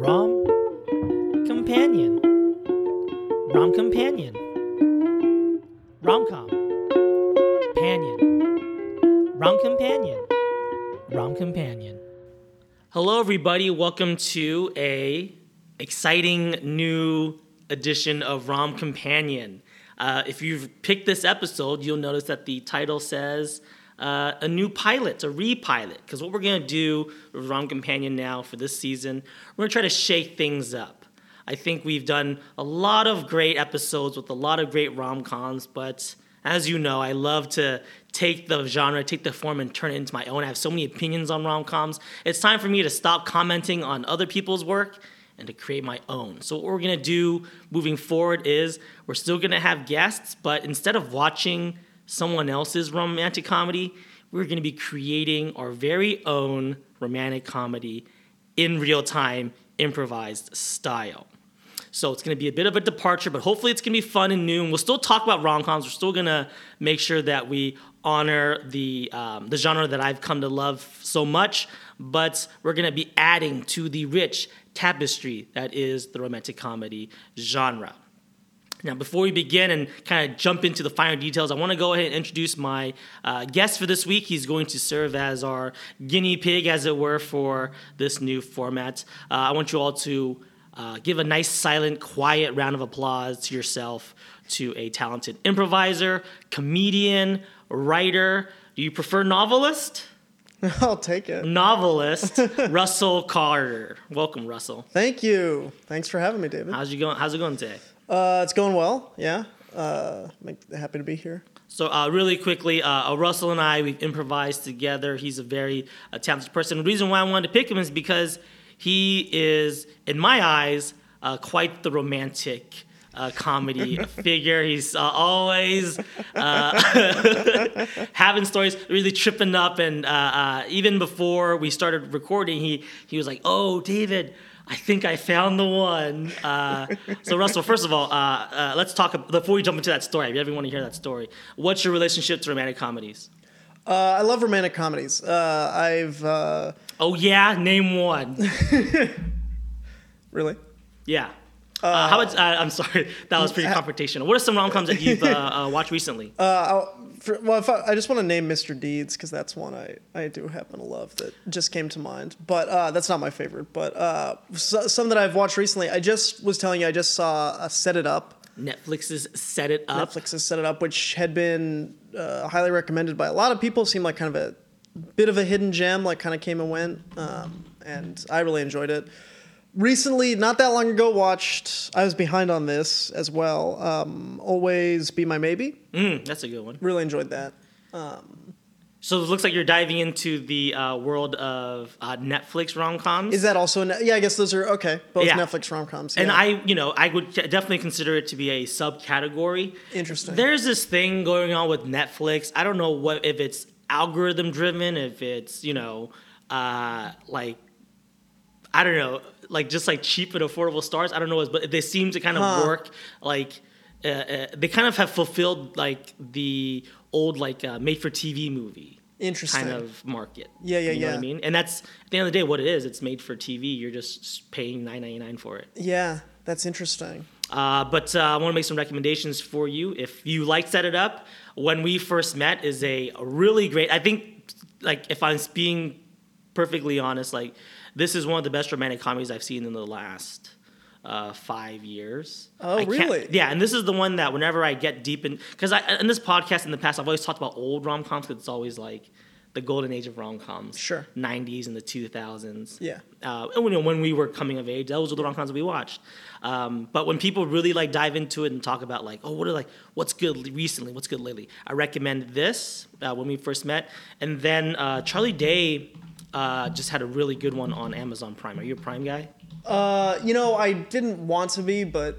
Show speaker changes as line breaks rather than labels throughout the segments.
Rom Companion. Rom Companion. Rom com. Panion. Rom Companion. Rom Companion. Hello, everybody. Welcome to a exciting new edition of Rom Companion. Uh, if you've picked this episode, you'll notice that the title says uh, a new pilot, a repilot. Because what we're going to do with Rom Companion now for this season, we're going to try to shake things up. I think we've done a lot of great episodes with a lot of great rom coms, but as you know, I love to take the genre, take the form, and turn it into my own. I have so many opinions on rom coms. It's time for me to stop commenting on other people's work and to create my own. So, what we're gonna do moving forward is we're still gonna have guests, but instead of watching someone else's romantic comedy, we're gonna be creating our very own romantic comedy in real time, improvised style. So it's going to be a bit of a departure, but hopefully it's going to be fun and new. And we'll still talk about rom coms. We're still going to make sure that we honor the um, the genre that I've come to love so much. But we're going to be adding to the rich tapestry that is the romantic comedy genre. Now, before we begin and kind of jump into the finer details, I want to go ahead and introduce my uh, guest for this week. He's going to serve as our guinea pig, as it were, for this new format. Uh, I want you all to uh, give a nice, silent, quiet round of applause to yourself, to a talented improviser, comedian, writer. Do you prefer novelist?
I'll take it.
Novelist Russell Carter. Welcome, Russell.
Thank you. Thanks for having me, David.
How's you going? How's it going today?
Uh, it's going well. Yeah. Uh, I'm happy to be here.
So, uh, really quickly, uh, uh, Russell and I, we've improvised together. He's a very uh, talented person. The reason why I wanted to pick him is because he is, in my eyes, uh, quite the romantic uh, comedy figure. He's uh, always uh, having stories, really tripping up. And uh, uh, even before we started recording, he, he was like, Oh, David. I think I found the one. Uh, so, Russell, first of all, uh, uh, let's talk ab- before we jump into that story. If you ever want to hear that story, what's your relationship to romantic comedies?
Uh, I love romantic comedies. Uh, I've uh,
Oh yeah, name one.
really.
Yeah. Uh, how about? Uh, I'm sorry, that was pretty confrontational. What are some rom coms that you've uh, uh, watched recently?
Uh, I'll, for, well, if I, I just want to name Mr. Deeds because that's one I, I do happen to love that just came to mind. But uh, that's not my favorite. But uh, so, some that I've watched recently. I just was telling you I just saw uh, Set It Up.
Netflix's Set It Up.
Netflix has set it up, which had been uh, highly recommended by a lot of people. Seemed like kind of a bit of a hidden gem, like kind of came and went, um, and I really enjoyed it. Recently, not that long ago, watched. I was behind on this as well. Um, Always be my maybe.
Mm, that's a good one.
Really enjoyed that.
So it looks like you're diving into the uh, world of uh, Netflix rom coms.
Is that also? A ne- yeah, I guess those are okay. Both
Yeah.
Netflix rom coms.
And I, you know, I would definitely consider it to be a subcategory.
Interesting.
There's this thing going on with Netflix. I don't know what if it's algorithm driven, if it's you know, uh, like I don't know, like just like cheap and affordable stars. I don't know, but they seem to kind of
Huh.
work like uh, uh, they kind of have fulfilled like the old like uh, made for TV movie
interesting.
kind of market.
Yeah, yeah,
you know What I
yeah.
mean, and that's at the end of the day what it is. It's made for TV. You're just paying nine ninety nine for it.
Yeah, that's interesting.
Uh, but uh, I want to make some recommendations for you. If you like Set It Up, When We First Met is a really great. I think, like, if I'm being perfectly honest, like, this is one of the best romantic comedies I've seen in the last uh, five years.
Oh,
I can't-
really?
Yeah, and this is the one that whenever I get deep in, because I in this podcast in the past I've always talked about old rom coms because it's always like the golden age of rom coms.
Sure.
90s and the 2000s
Yeah.
uh, and, you know, when we were coming of age, those were the rom coms we watched. Um, but when people really like dive into it and talk about like, oh, what are like what's good recently, what's good lately, I recommend this uh, when we first met, and then uh, Charlie Day uh, just had a really good one on Amazon Prime. Are you a Prime guy?
Uh, you know, I didn't want to be, but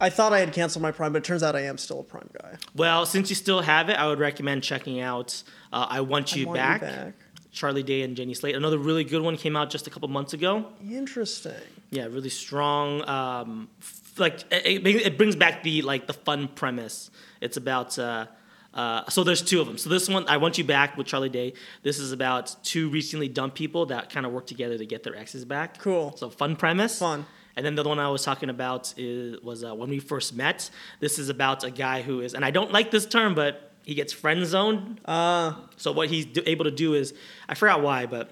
I thought I had canceled my Prime, but it turns out I am still a Prime guy.
Well, since you still have it, I would recommend checking out uh, I Want You
Want You
Back.
Back.
Charlie Day and Jenny Slate. Another really good one came out just a couple months ago.
Interesting.
Yeah, really strong. Um, f- like it, it brings back the like the fun premise. It's about uh, Uh, so there's two of them. So this one, I want you back with Charlie Day. This is about two recently dumped people that kind of work together to get their exes back.
Cool.
So fun premise.
Fun.
And then the other one I was talking about is, was uh, when we first met. This is about a guy who is, and I don't like this term, but he gets friend zoned.
Uh.
so what he's do- able to do is, I forgot why, but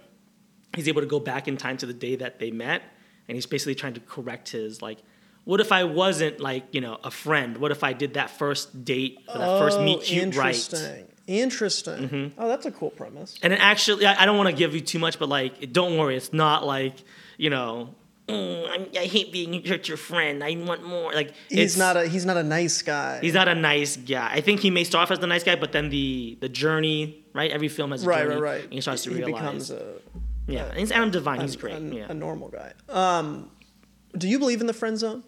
he's able to go back in time to the day that they met, and he's basically trying to correct his like, what if I wasn't like you know a friend? What if I did that first date, or that first meet cute right? Mm-hmm.
Oh, interesting. Interesting. Oh, that's a cool premise.
And it actually, I, I don't want to give you too much, but like, don't worry, it's not like you know. "Mm, I'm- I hate being your your friend. I want more. Like
He's
it's-
not a he's not a nice guy.
He's not a nice guy. I think he may start off as the nice guy, but then the the journey, right? Every film has a
right,
journey.
right, right.
And he starts to
he
realize.
becomes uh, a,
yeah, and it's Adam Devine. He's
a-
great.
a-
yeah.
a normal guy. Um, do you believe in the friend zone?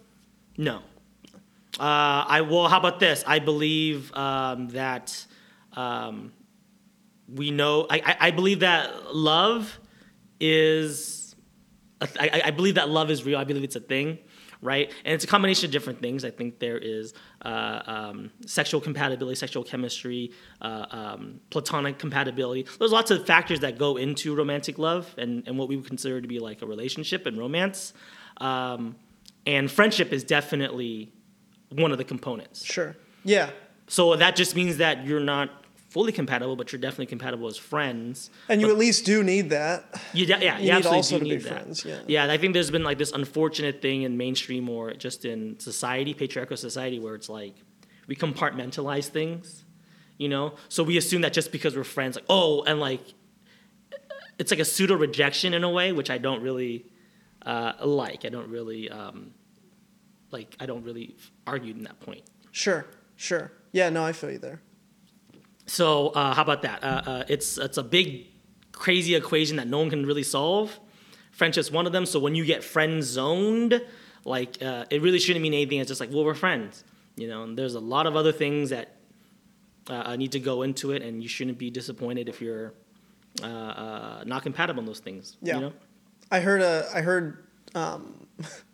no. Uh, I well, how about this? I believe um, that um, we know. I, I, I believe that love is. a th- I, I- I believe that love is real. I believe it's a thing, right? And it's a combination of different things. I think there is uh, um, sexual compatibility, sexual chemistry, uh, um, platonic compatibility. There's lots of factors that go into romantic love and, and what we would consider to be like a relationship and romance. Um, and friendship is definitely one of the components.
Sure. Yeah.
So that just means that you're not fully compatible, but you're definitely compatible as friends.
And you at least do need that.
You de- yeah, you,
You need
absolutely
also
do
to
need
be
that.
friends, yeah.
I think there's been like this unfortunate thing in mainstream or just in society, patriarchal society, where it's like we compartmentalize things, you know. So we assume that just because we're friends, like oh, and like it's like a pseudo rejection in a way, which I don't really uh, like. I don't really um, like. I don't really argue in that point.
Sure. Sure. Yeah. No, I feel you there.
So uh, how about that? Uh, uh, it's it's a big, crazy equation that no one can really solve. Friendship's one of them. So when you get friend zoned, like uh, it really shouldn't mean anything. It's just like, well, we're friends, you know. And there's a lot of other things that uh, uh, need to go into it, and you shouldn't be disappointed if you're uh, uh, not compatible in those things.
Yeah.
You know?
I heard a. I heard um,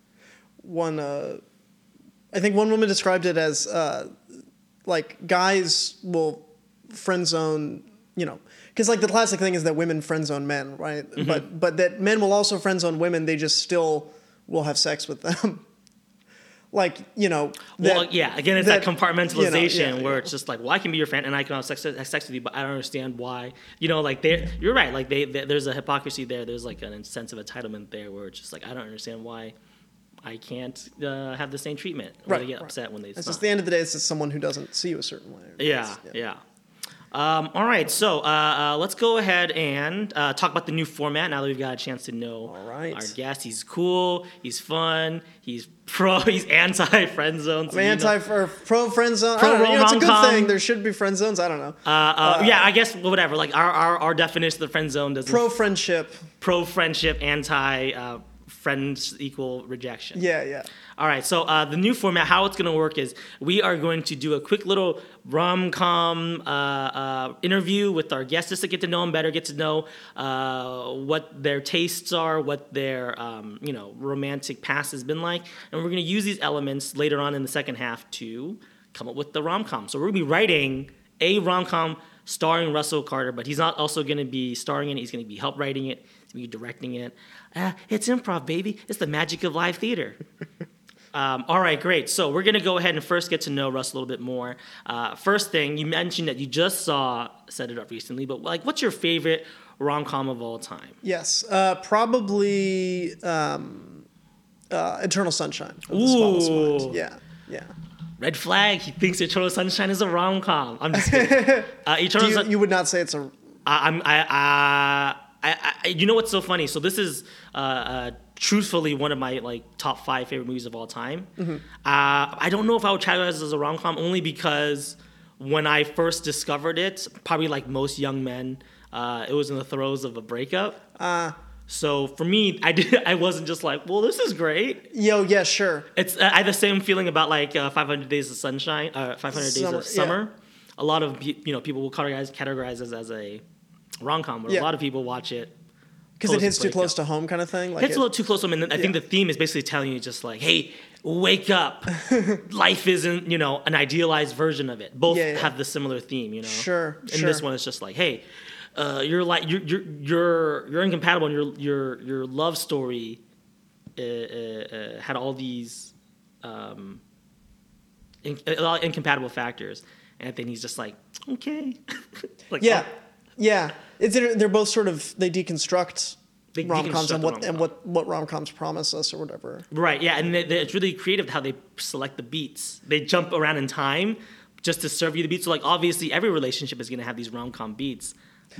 one. Uh, I think one woman described it as uh, like guys will friend zone. You know, because like the classic thing is that women friend zone men, right?
Mm-hmm.
But but that men will also friend zone women. They just still will have sex with them. like you know.
well, yeah. Again, it's that, compartmentalization
you know, yeah,
where it's just like, well, I can be your friend and I can have sex, have sex with you, but I don't understand why. You know, like they, you're right. Like they, they, there's a hypocrisy there. There's like an sense of entitlement there where it's just like I don't understand why I can't uh, have the same treatment. Or
Right,
they get
right.
upset when they.
It's just the end of the day. It's just someone who doesn't see you a certain way.
yeah,
It's-
yeah. Um, all right, so uh, uh, let's go ahead and uh, talk about the new format now that we've got a chance to know
All right.
our guest. He's cool, he's fun, he's pro, he's anti friend zone. so
I'm
you know-
anti or pro friend zone.
Pro
I don't know. You know, it's a
rom-com.
good thing. There should be friend zones. I don't know.
Uh, uh, yeah, I guess well, whatever. Like our, our our definition of the friend zone doesn't
pro friendship.
pro friendship, anti uh, friends equal rejection.
Yeah, yeah.
All right. So uh, the new format, how it's going to work is we are going to do a quick little rom com uh, uh, interview with our guests just to get to know them better, get to know uh, what their tastes are, what their um, you know romantic past has been like, and we're going to use these elements later on in the second half to come up with the rom com. So we're going to be writing a rom com starring Russell Carter, but he's not also going to be starring in it. He's going to be help writing it, he's going to be directing it. Uh, it's improv, baby. It's the magic of live theater. Um, all right, great. So we're going to go ahead and first get to know Russ a little bit more. Uh, first thing, you mentioned that you just saw Set It Up recently, but like, what's your favorite rom com of all time?
Yes. Uh, probably um, uh, Eternal Sunshine. Of the Spotless
Ooh.
Mind. Yeah, yeah.
Red flag. He thinks Eternal Sunshine is a rom com. I'm just kidding. Uh, Eternal
Do you,
Sun-
you would not say it's a.
I, I'm. I, I, I, I. You know what's so funny? So this is uh, uh, truthfully one of my like top five favorite movies of all time. Uh, I don't know if I would categorize this as a rom com only because when I first discovered it, probably like most young men, uh, it was in the throes of a breakup. so for me, I did. I wasn't just like, well, this is great.
Yo, yeah, sure.
It's uh, I have the same feeling about like uh, 500 Days of Sunshine, uh, 500
Summer,
Days of
yeah.
Summer. A lot of pe- you know people will categorize categorize this as a rom com, but
Yeah.
a lot of people watch it.
Because it
Close
hits too
breakup.
close to home, kind of thing. Like
It's
it-
a little too close to home, and then I think
Yeah.
the theme is basically telling you just like, hey, wake up. Life isn't, you know, an idealized version of it. Both
Yeah, yeah.
have the similar theme, you know.
Sure,
And
sure.
this one is just like, hey, uh, you're like you're you're you're, you're incompatible, and your your your love story uh, uh, uh, had all these um, in, a lot of incompatible factors, and then he's just like, okay, like
Yeah,
oh,
yeah. It's inter- they're both sort of they deconstruct
They
rom coms
deconstruct
and what and
rom-com.
what what rom coms promise us or whatever.
Right, yeah, and they, they- it's really creative how they select the beats. They jump around in time just to serve you the beats. So, like, obviously, every relationship is going to have these rom com beats,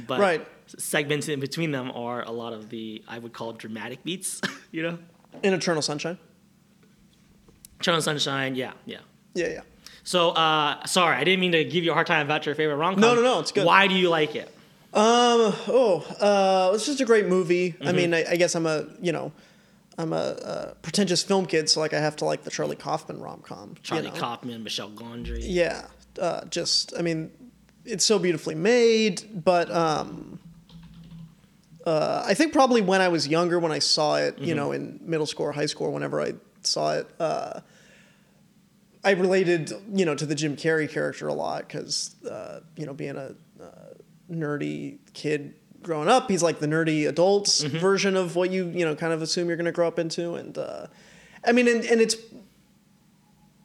but
Right.
segmented in between them are a lot of the I would call dramatic beats. you know,
In Eternal Sunshine.
Eternal Sunshine, yeah, yeah.
Yeah, yeah.
So, uh, sorry, I didn't mean to give you a hard time about your favorite rom com.
No, no, no, it's good.
Why do you like it?
Um. Oh. Uh. It's just a great movie. I
Mm-hmm.
mean, I, I guess I'm a you know, I'm a, uh pretentious film kid, so like I have to like the Charlie Kaufman rom com.
Charlie
you know?
Kaufman, Michelle Gondry.
Yeah. Uh, just I mean, it's so beautifully made, but um. Uh, I think probably when I was younger, when I saw it,
Mm-hmm.
you know, in middle school or high school, whenever I saw it, uh, I related, you know, to the Jim Carrey character a lot because, uh, you know, being a uh, nerdy kid growing up, he's like the nerdy adults
Mm-hmm.
version of what you, you know, kind of assume you're going to grow up into. And uh, I mean, and, and it's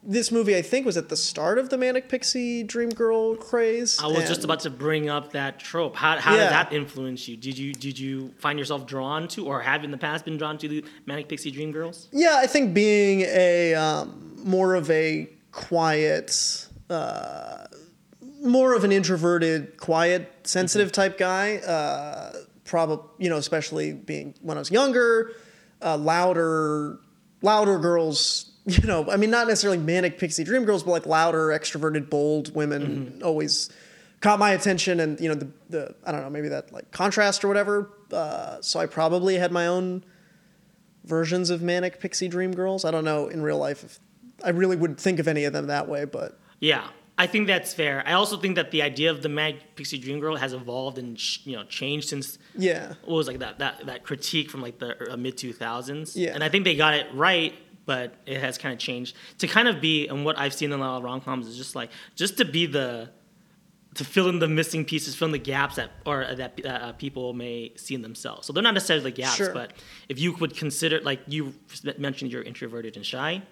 this movie, I think, was at the start of the manic pixie dream girl craze.
I was just
and-
about to bring up that trope. How, how
Yeah.
did that influence you? Did you did you find yourself drawn to, or have in the past been drawn to the manic pixie dream girls?
Yeah, I think being a um, more of a quiet, uh, more of an introverted, quiet, sensitive type guy, uh, probably you know, especially being when I was younger, uh, louder, louder girls. You know, I mean, not necessarily manic pixie dream girls, but like louder, extroverted, bold women always caught my attention, and you know, the, the I don't know, maybe that like contrast or whatever. Uh, so I probably had my own versions of manic pixie dream girls. I don't know in real life if I really would think of any of them that way, but
Yeah, I think that's fair. I also think that the idea of the manic pixie dream girl has evolved and sh- you know changed since
yeah.
what was like that that that critique from like the uh, mid two thousands.
Yeah.
and I think they got it right. But it has kind of changed to kind of be, and what I've seen in a lot of rom coms is just like just to be the to fill in the missing pieces, fill in the gaps that or that uh, people may see in themselves. So they're not necessarily gaps,
Sure.
but if you would consider, like you mentioned, you're introverted and shy,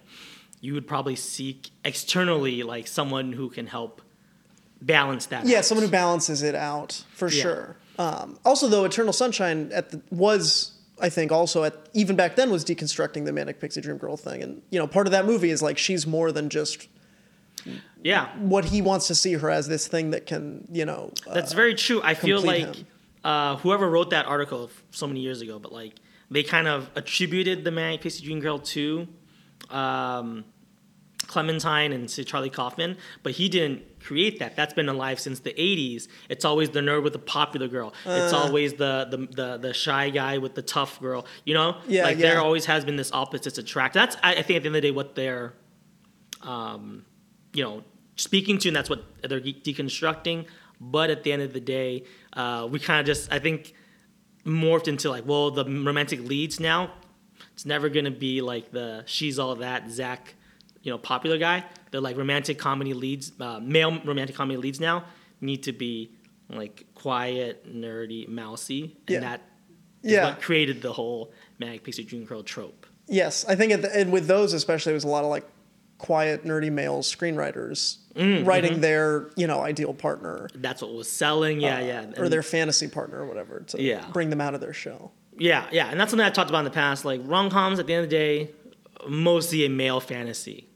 you would probably seek externally like someone who can help balance that.
Yeah,
out.
someone who balances it out for
Yeah.
sure. Um, also, though, Eternal Sunshine at the, was, I think, also at even back then was deconstructing the manic pixie dream girl thing, and you know, part of that movie is like she's more than just
yeah,
what he wants to see her as this thing that can, you know, uh,
That's very true. I feel
complete
like
him.
uh, whoever wrote that article f- so many years ago, but like they kind of attributed the Manic Pixie Dream Girl to um, Clementine and to Charlie Kaufman, but he didn't create that. That's been alive since the '80s. It's always the nerd with the popular girl.
Uh.
it's always the, the the the shy guy with the tough girl. You know,
Yeah,
like
yeah.
there always has been this opposites attract. That's I, I think at the end of the day what they're um, you know speaking to and that's what they're deconstructing but at the end of the day uh, we kind of just i think morphed into like well the romantic leads now it's never going to be like the she's all that zach you know popular guy they're like romantic comedy leads uh, male romantic comedy leads now need to be like quiet nerdy mousy and
Yeah.
that is
yeah.
what created the whole manic pixie dream girl trope
Yes, I think, at the, and with those especially, it was a lot of like quiet, nerdy male screenwriters
Mm, mm-hmm.
writing their, you know, ideal partner
that's what was selling yeah yeah
Uh, or
And-
their fantasy partner or whatever to
Yeah.
bring them out of their shell.
Yeah, yeah, and that's something I've talked about in the past. Like rom coms, at the end of the day, mostly a male fantasy.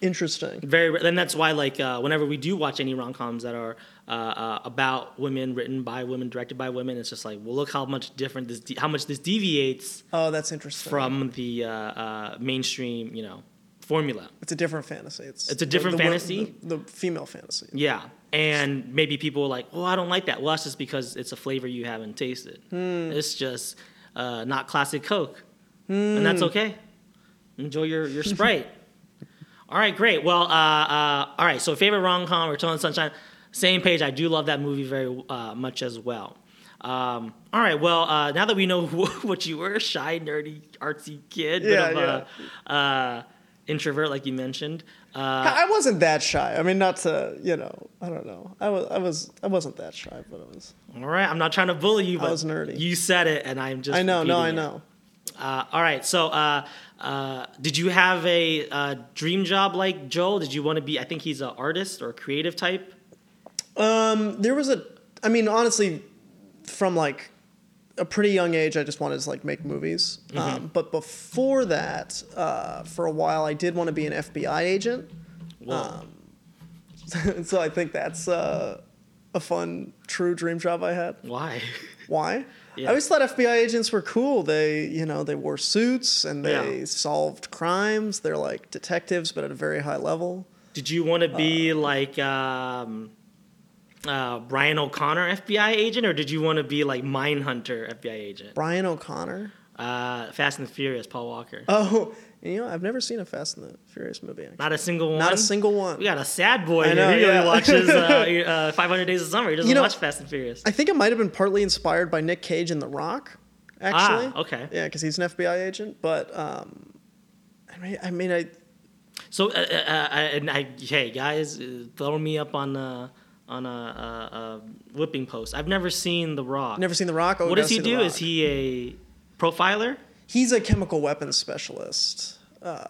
Interesting.
Very, and that's why like uh, whenever we do watch any rom coms that are uh, uh, about women, written by women, directed by women, it's just like, well, look how much different this, de- how much this deviates
Oh, that's interesting.
from the uh, uh, mainstream, you know, formula.
it's a different fantasy. It's
It's a different
wo-
fantasy?
The, the female fantasy.
Yeah, and maybe people are like, oh, I don't like that. Well, that's just because it's a flavor you haven't tasted.
Hmm.
It's just uh, not classic Coke, and
Hmm.
that's okay. Enjoy your your Sprite. all right, great. Well, uh, uh, all right. So favorite rom com, Return on Sunshine, same page. I do love that movie very uh, much as well. Um, all right. Well, uh, now that we know wh- what you were, shy, nerdy, artsy kid, bit
Yeah,
of a uh, introvert, like you mentioned. Uh,
I wasn't that shy. I mean, not to you know, I don't know. I was, I was, I wasn't that shy, but it was.
all right. I'm not trying to bully you, but
was nerdy.
you said it, and I'm just.
I know, no, I
repeating it.
know.
Uh, all right. So, uh, uh, did you have a uh, dream job like Joel? Did you want to be? I think he's an artist or a creative type.
There was a, I mean, honestly, from like a pretty young age, I just wanted to like make movies.
Mm-hmm.
Um, but before that, uh, for a while, I did want to be an FBI agent. Um,
Whoa.
so I think that's uh, a fun, true dream job I had.
Why?
Why?
Yeah.
I always thought FBI agents were cool. They, you know, they wore suits and they
Yeah.
solved crimes. They're like detectives, but at a very high level.
Did you want to
Uh.
be like um, uh, Brian O'Connor, FBI agent, or did you want to be like Mindhunter, FBI agent?
Brian O'Connor.
Uh, Fast and Furious, Paul Walker.
Oh, you know, I've never seen a Fast and the Furious movie. Actually.
Not a single one.
Not a single one.
We got a sad boy
I
here.
know,
he
yeah.
only watches uh, uh, 500 Days of Summer. He doesn't
You know-
watch Fast and Furious.
I think it might have been partly inspired by Nick Cage and The Rock, actually.
Ah, okay.
Yeah, because he's an FBI agent. But um, I mean, I mean, I
So, uh, uh, uh, and I, hey guys, uh, throw me up on a on a, a, a whipping post. I've never seen The Rock.
never seen The Rock. Oh,
What
gotta
does he
see The
do?
Rock.
Is he a profiler?
He's a chemical weapons specialist.
I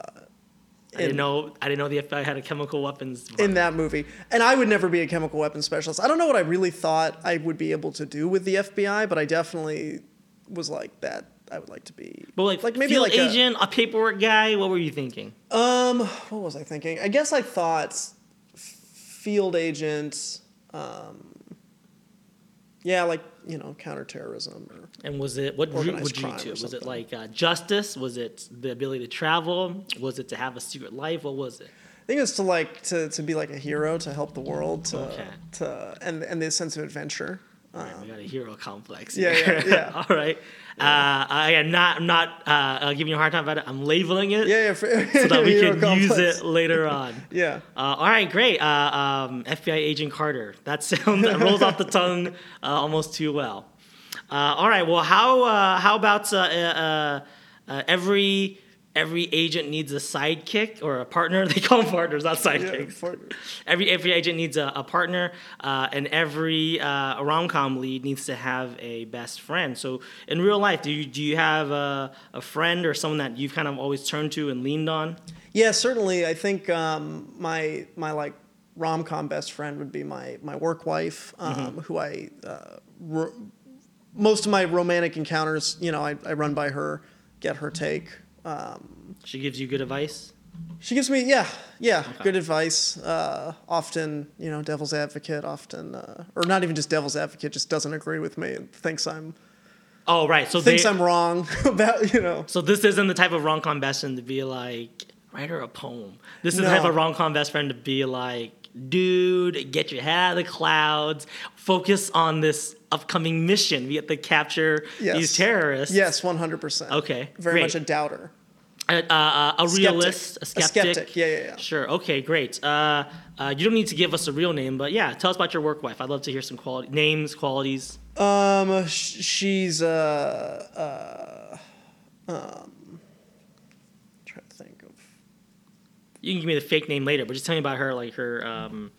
didn't
In-
know. I didn't know the FBI had a chemical weapons.
in
department.
that movie. And I would never be a chemical weapons specialist. I don't know what I really thought I would be able to do with the FBI, but I definitely was like that. I would like to be.
but like, field agent, a, paperwork guy. What were you thinking?
A, um, what was I thinking? I guess I thought f- field agent. Um, yeah, like you know, counterterrorism or
And was it what route
Organized
would you
crime
to?
or
Was it
something.
like uh, justice? Was it the ability to travel? Was it to have a secret life? What was it?
I think it's to like to, to be like a hero to help the world to
Okay.
to and and this sense of adventure. Uh,
All right, we got a hero complex.
Uh-huh. Yeah,
here.
yeah, yeah.
All right. Uh, I am not. I'm not uh, uh, giving you a hard time about it. I'm labeling it
Yeah, yeah. For,
so that we can use it later on.
Yeah.
Uh, all right, great. Uh, um, FBI Agent Carter. That sound that rolls off the tongue uh, almost too well. Uh, all right. Well, how uh, how about uh, uh, uh, every every agent needs a sidekick or a partner? They call them partners, not
Yeah,
sidekicks.
for-
Every every agent needs a, a partner, uh, and every uh, rom com lead needs to have a best friend. So in real life, do you do you have a, a friend or someone that you've kind of always turned to and leaned on?
Yeah, certainly. I think um, my my like rom com best friend would be my my work wife, um,
Mm-hmm.
who I uh, ro- most of my romantic encounters, you know, I, I run by her, get her take. Um,
She gives you good advice.
she gives me yeah yeah good advice. Uh, often you know devil's advocate, often uh, or not even just devil's advocate, just doesn't agree with me and thinks I'm
Oh right. So
thinks
they,
I'm wrong about you know.
so this isn't the type of rom com best friend to be like write her a poem. This is the type
No.
of rom com best friend to be like. Dude, get your head out of the clouds. Focus on this upcoming mission. We have to capture these
Yes.
terrorists.
Yes, one hundred percent.
Okay,
very
great.
much a doubter.
a, uh, a
Skeptic.
realist, a
A
skeptic.
skeptic, yeah, yeah, yeah.
Sure. Okay, great. Uh, uh, you don't need to give us a real name, but yeah, tell us about your work wife. I'd love to hear some quality names, qualities.
Um, sh- she's uh, uh, um, trying to think of.
You can give me the fake name later, but just tell me about her, like her. Um,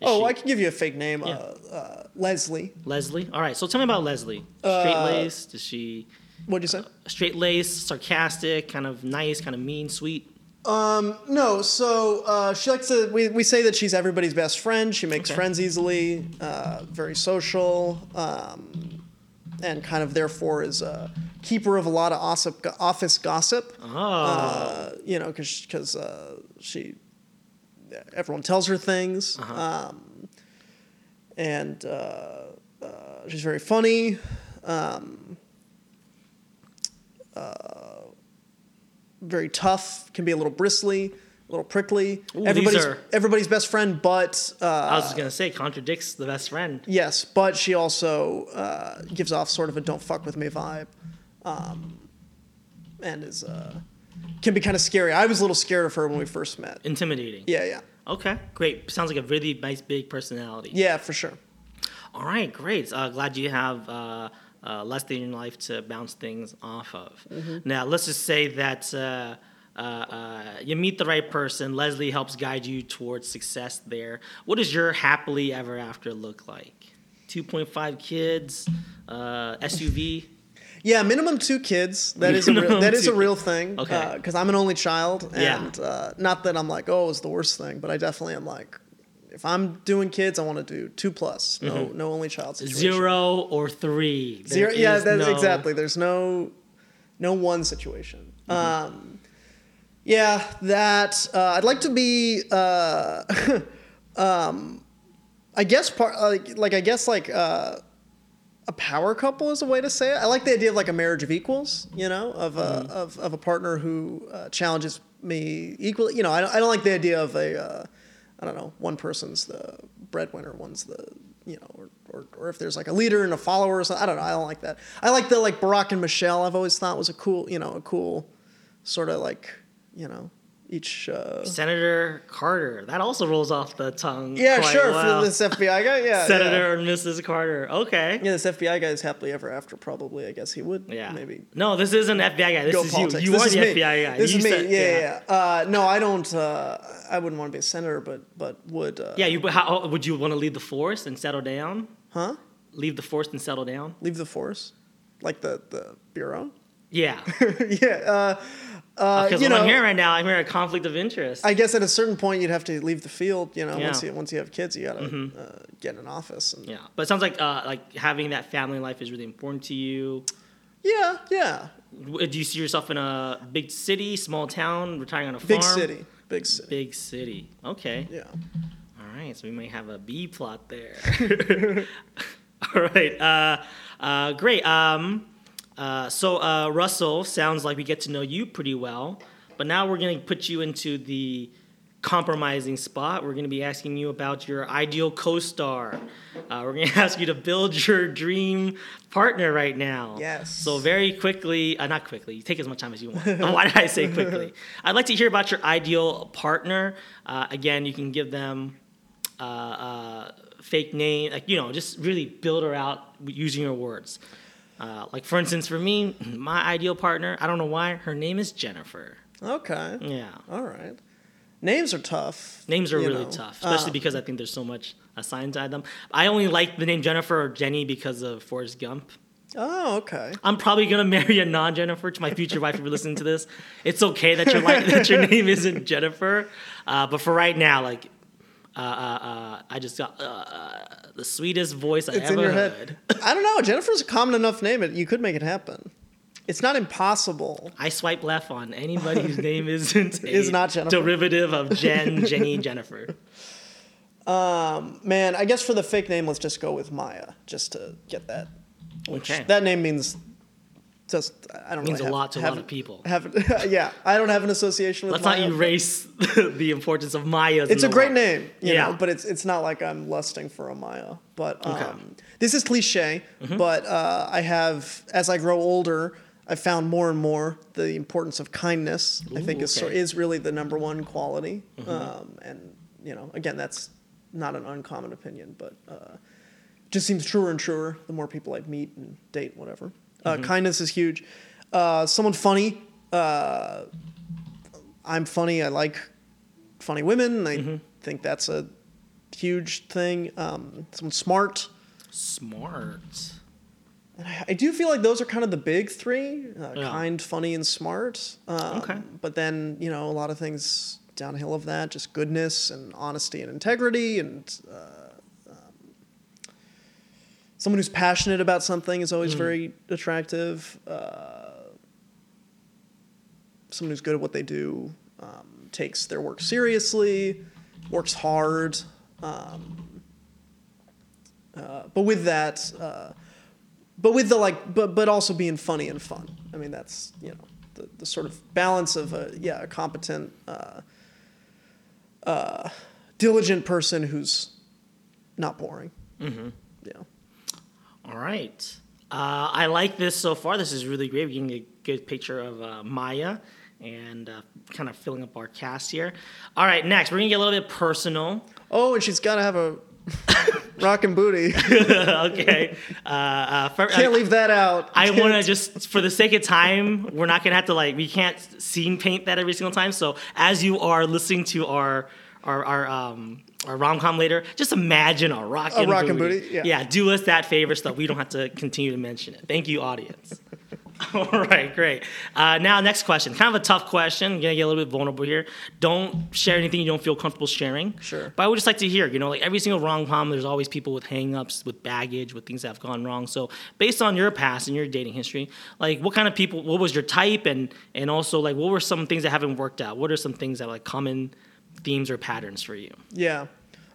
is
Oh,
she-
I can give you a fake name.
Yeah.
Uh, uh, Leslie.
Leslie. All right, so tell me about Leslie.
Uh,
Straight laced. Is she
What'd you say?
straight laced, sarcastic, kind of nice, kind of mean, sweet?
No, so uh, she likes to. We, we say that she's everybody's best friend. She makes
Okay.
friends easily, uh, very social, um, and kind of therefore is a keeper of a lot of ossip, office gossip.
Oh,
Uh, you know, because because uh, she everyone tells her things,
Uh-huh.
um, and uh, uh, she's very funny. Um, uh, very tough, can be a little bristly, a little prickly.
these
everybody's
are-
everybody's best friend, but uh,
I was just gonna say contradicts the best friend.
yes, but she also uh, gives off sort of a "don't fuck with me" vibe, um, and is uh, can be kind of scary. I was a little scared of her when we first met.
Intimidating.
Yeah, yeah,
Okay, great. Sounds like a really nice, big personality.
yeah, for sure.
All right, great. Uh, glad you have uh, uh, less than your life to bounce things off of.
Mm-hmm.
Now, let's just say that uh, uh, uh, you meet the right person. Leslie helps guide you towards success there. What does your happily ever after look like? 2.5 kids, uh, SUV.
Yeah, minimum two kids. That is a real,
Minimum
that is
two
a real thing.
Okay.
Because I'm an only child,
Yeah.
and uh, not that I'm like, oh, it's the worst thing, but I definitely am like, if I'm doing kids, I want to do two plus. No, no only child situation.
Mm-hmm. Zero or three. There
Zero. Yeah,
is
that's
no-
exactly. There's no, no one situation.
Mm-hmm.
Um, yeah, that uh, I'd like to be. Uh, um, I guess part like like I guess like uh, a power couple is a way to say it. I like the idea of like a marriage of equals. You know, of a
Mm-hmm.
of, of a partner who uh, challenges me equally. You know, I don't, I don't like the idea of a. Uh, I don't know. One person's the breadwinner, one's the you know, or, or, or if there's like a leader and a follower or something. I don't know. I don't like that. I like the like Barack and Michelle. I've always thought was a cool, you know, a cool sort of like you know each. Uh,
Senator Carter. That also rolls off the tongue.
yeah,
quite
sure.
well.
For this FBI guy, yeah,
Senator and Mrs. Carter. Okay.
Yeah. yeah, this FBI guy is happily ever after. Probably, I guess he would.
Yeah.
maybe
No, this isn't FBI guy. This
go
is
politics.
you. You
this
are
is
the
me.
FBI guy.
This
you
is me.
said-
yeah, yeah. yeah. Uh, no, I don't. Uh, I wouldn't want to be a senator, but but would. Uh,
Yeah, you. But how, would you want to leave the force and settle down?
Huh?
Leave the force and settle down?
Leave the force, like the the bureau.
Yeah.
yeah. Uh, uh,
Because
you
what
know,
I'm hearing right now, I'm hearing a conflict of interest.
I guess at a certain point you'd have to leave the field. You know,
Yeah. Mm-hmm.
once you once you have kids, you gotta uh, get an office. And
yeah. But it sounds like uh, like having that family life is really important to you.
yeah, yeah.
W- Do you see yourself in a big city, small town, retiring on a
Big
farm?
city, big city.
Big city. Okay.
Yeah.
All right, so we might have a B plot there. All right, uh, uh, great. Um, uh, so uh, Russell, sounds like we get to know you pretty well, but now we're gonna put you into the compromising spot. We're gonna be asking you about your ideal co-star. Uh, we're gonna ask you to build your dream partner right now.
Yes.
So very quickly, uh, not quickly. You take as much time as you want. Oh, Why did I say quickly? I'd like to hear about your ideal partner. Uh, again, you can give them uh, uh, fake name, like you know, just really build her out using your words. Uh, like for instance, for me, my ideal partner, I don't know why, her name is Jennifer.
Okay.
Yeah,
All right. Names are tough.
names are
you
really
know.
tough,
Uh,
especially because I think there's so much assigned to them. I only like the name Jennifer or Jenny because of Forrest Gump.
oh, okay.
I'm probably gonna marry a non Jennifer to my future wife. If you're listening to this, it's okay that your li- that your name isn't Jennifer. Uh, but for right now, like, uh, uh, uh, I just got uh, uh, the sweetest voice I
It's
ever
in your
heard.
head. I don't know. Jennifer's a common enough name. It, you could make it happen. It's not impossible.
I swipe left on anybody whose name isn't a
Is not Jennifer.
derivative of Jen, Jenny, Jennifer.
Um, man, I guess for the fake name, let's just go with Maya, just to get that. Which
Okay.
that name means just I don't
Means
really
a
have-
lot to a
have-
lot of people.
Have, yeah, I don't have an association with.
Let's not
Maya, but-
erase the importance of Maya.
It's a great name, you
Yeah.
know, but it's it's not like I'm lusting for a Maya. But um,
Okay. Mm-hmm.
this is cliche, but uh, I have as I grow older, I've found more and more the importance of kindness. I think is
Ooh, okay. Mm-hmm.
is really the number one quality, um, and you know, again, that's not an uncommon opinion, but uh, just seems truer and truer the more people I meet and date, whatever.
Mm-hmm.
Uh, kindness is huge. Uh, someone funny. Uh, I'm funny. I like funny women. I
Mm-hmm.
think that's a huge thing. Um, someone smart.
Smart.
And I, I do feel like those are kind of the big three: uh,
Yeah.
kind, funny, and smart. Um,
Okay.
But then you know a lot of things downhill of that: just goodness and honesty and integrity, and uh, um, someone who's passionate about something is
Mm.
always very attractive. Uh, someone who's good at what they do, um, takes their work seriously, works hard. Um, uh, but with that. Uh, but with the like but but also being funny and fun i mean that's you know the, the sort of balance of a yeah a competent uh, uh, diligent person who's not boring mm-hmm. yeah
All right. Uh, I like this so far. This is really great. We're getting a good picture of uh, Maya and uh, kind of filling up our cast here. All right, next, we're going to get a little bit personal.
oh and she's got to have a Rockin' booty.
okay. Uh, uh, for,
Can't leave that out.
I want to just, for the sake of time, we're not gonna have to like we can't scene paint that every single time. So as you are listening to our our our um our rom com later, just imagine a rockin'
A rockin' booty, yeah.
do us that favor so that we don't have to continue to mention it. Thank you, audience. All right, great. Uh, now, next question. Kind of a tough question. I'm gonna get a little bit vulnerable here. Don't share anything you don't feel comfortable sharing.
Sure.
But I would just like to hear, you know, like every single rom com, there's always people with hang-ups, with baggage, with things that have gone wrong. So, based on your past and your dating history, like what kind of people, what was your type, and and also like what were some things that haven't worked out? What are some things that like common themes or patterns for you?
Yeah.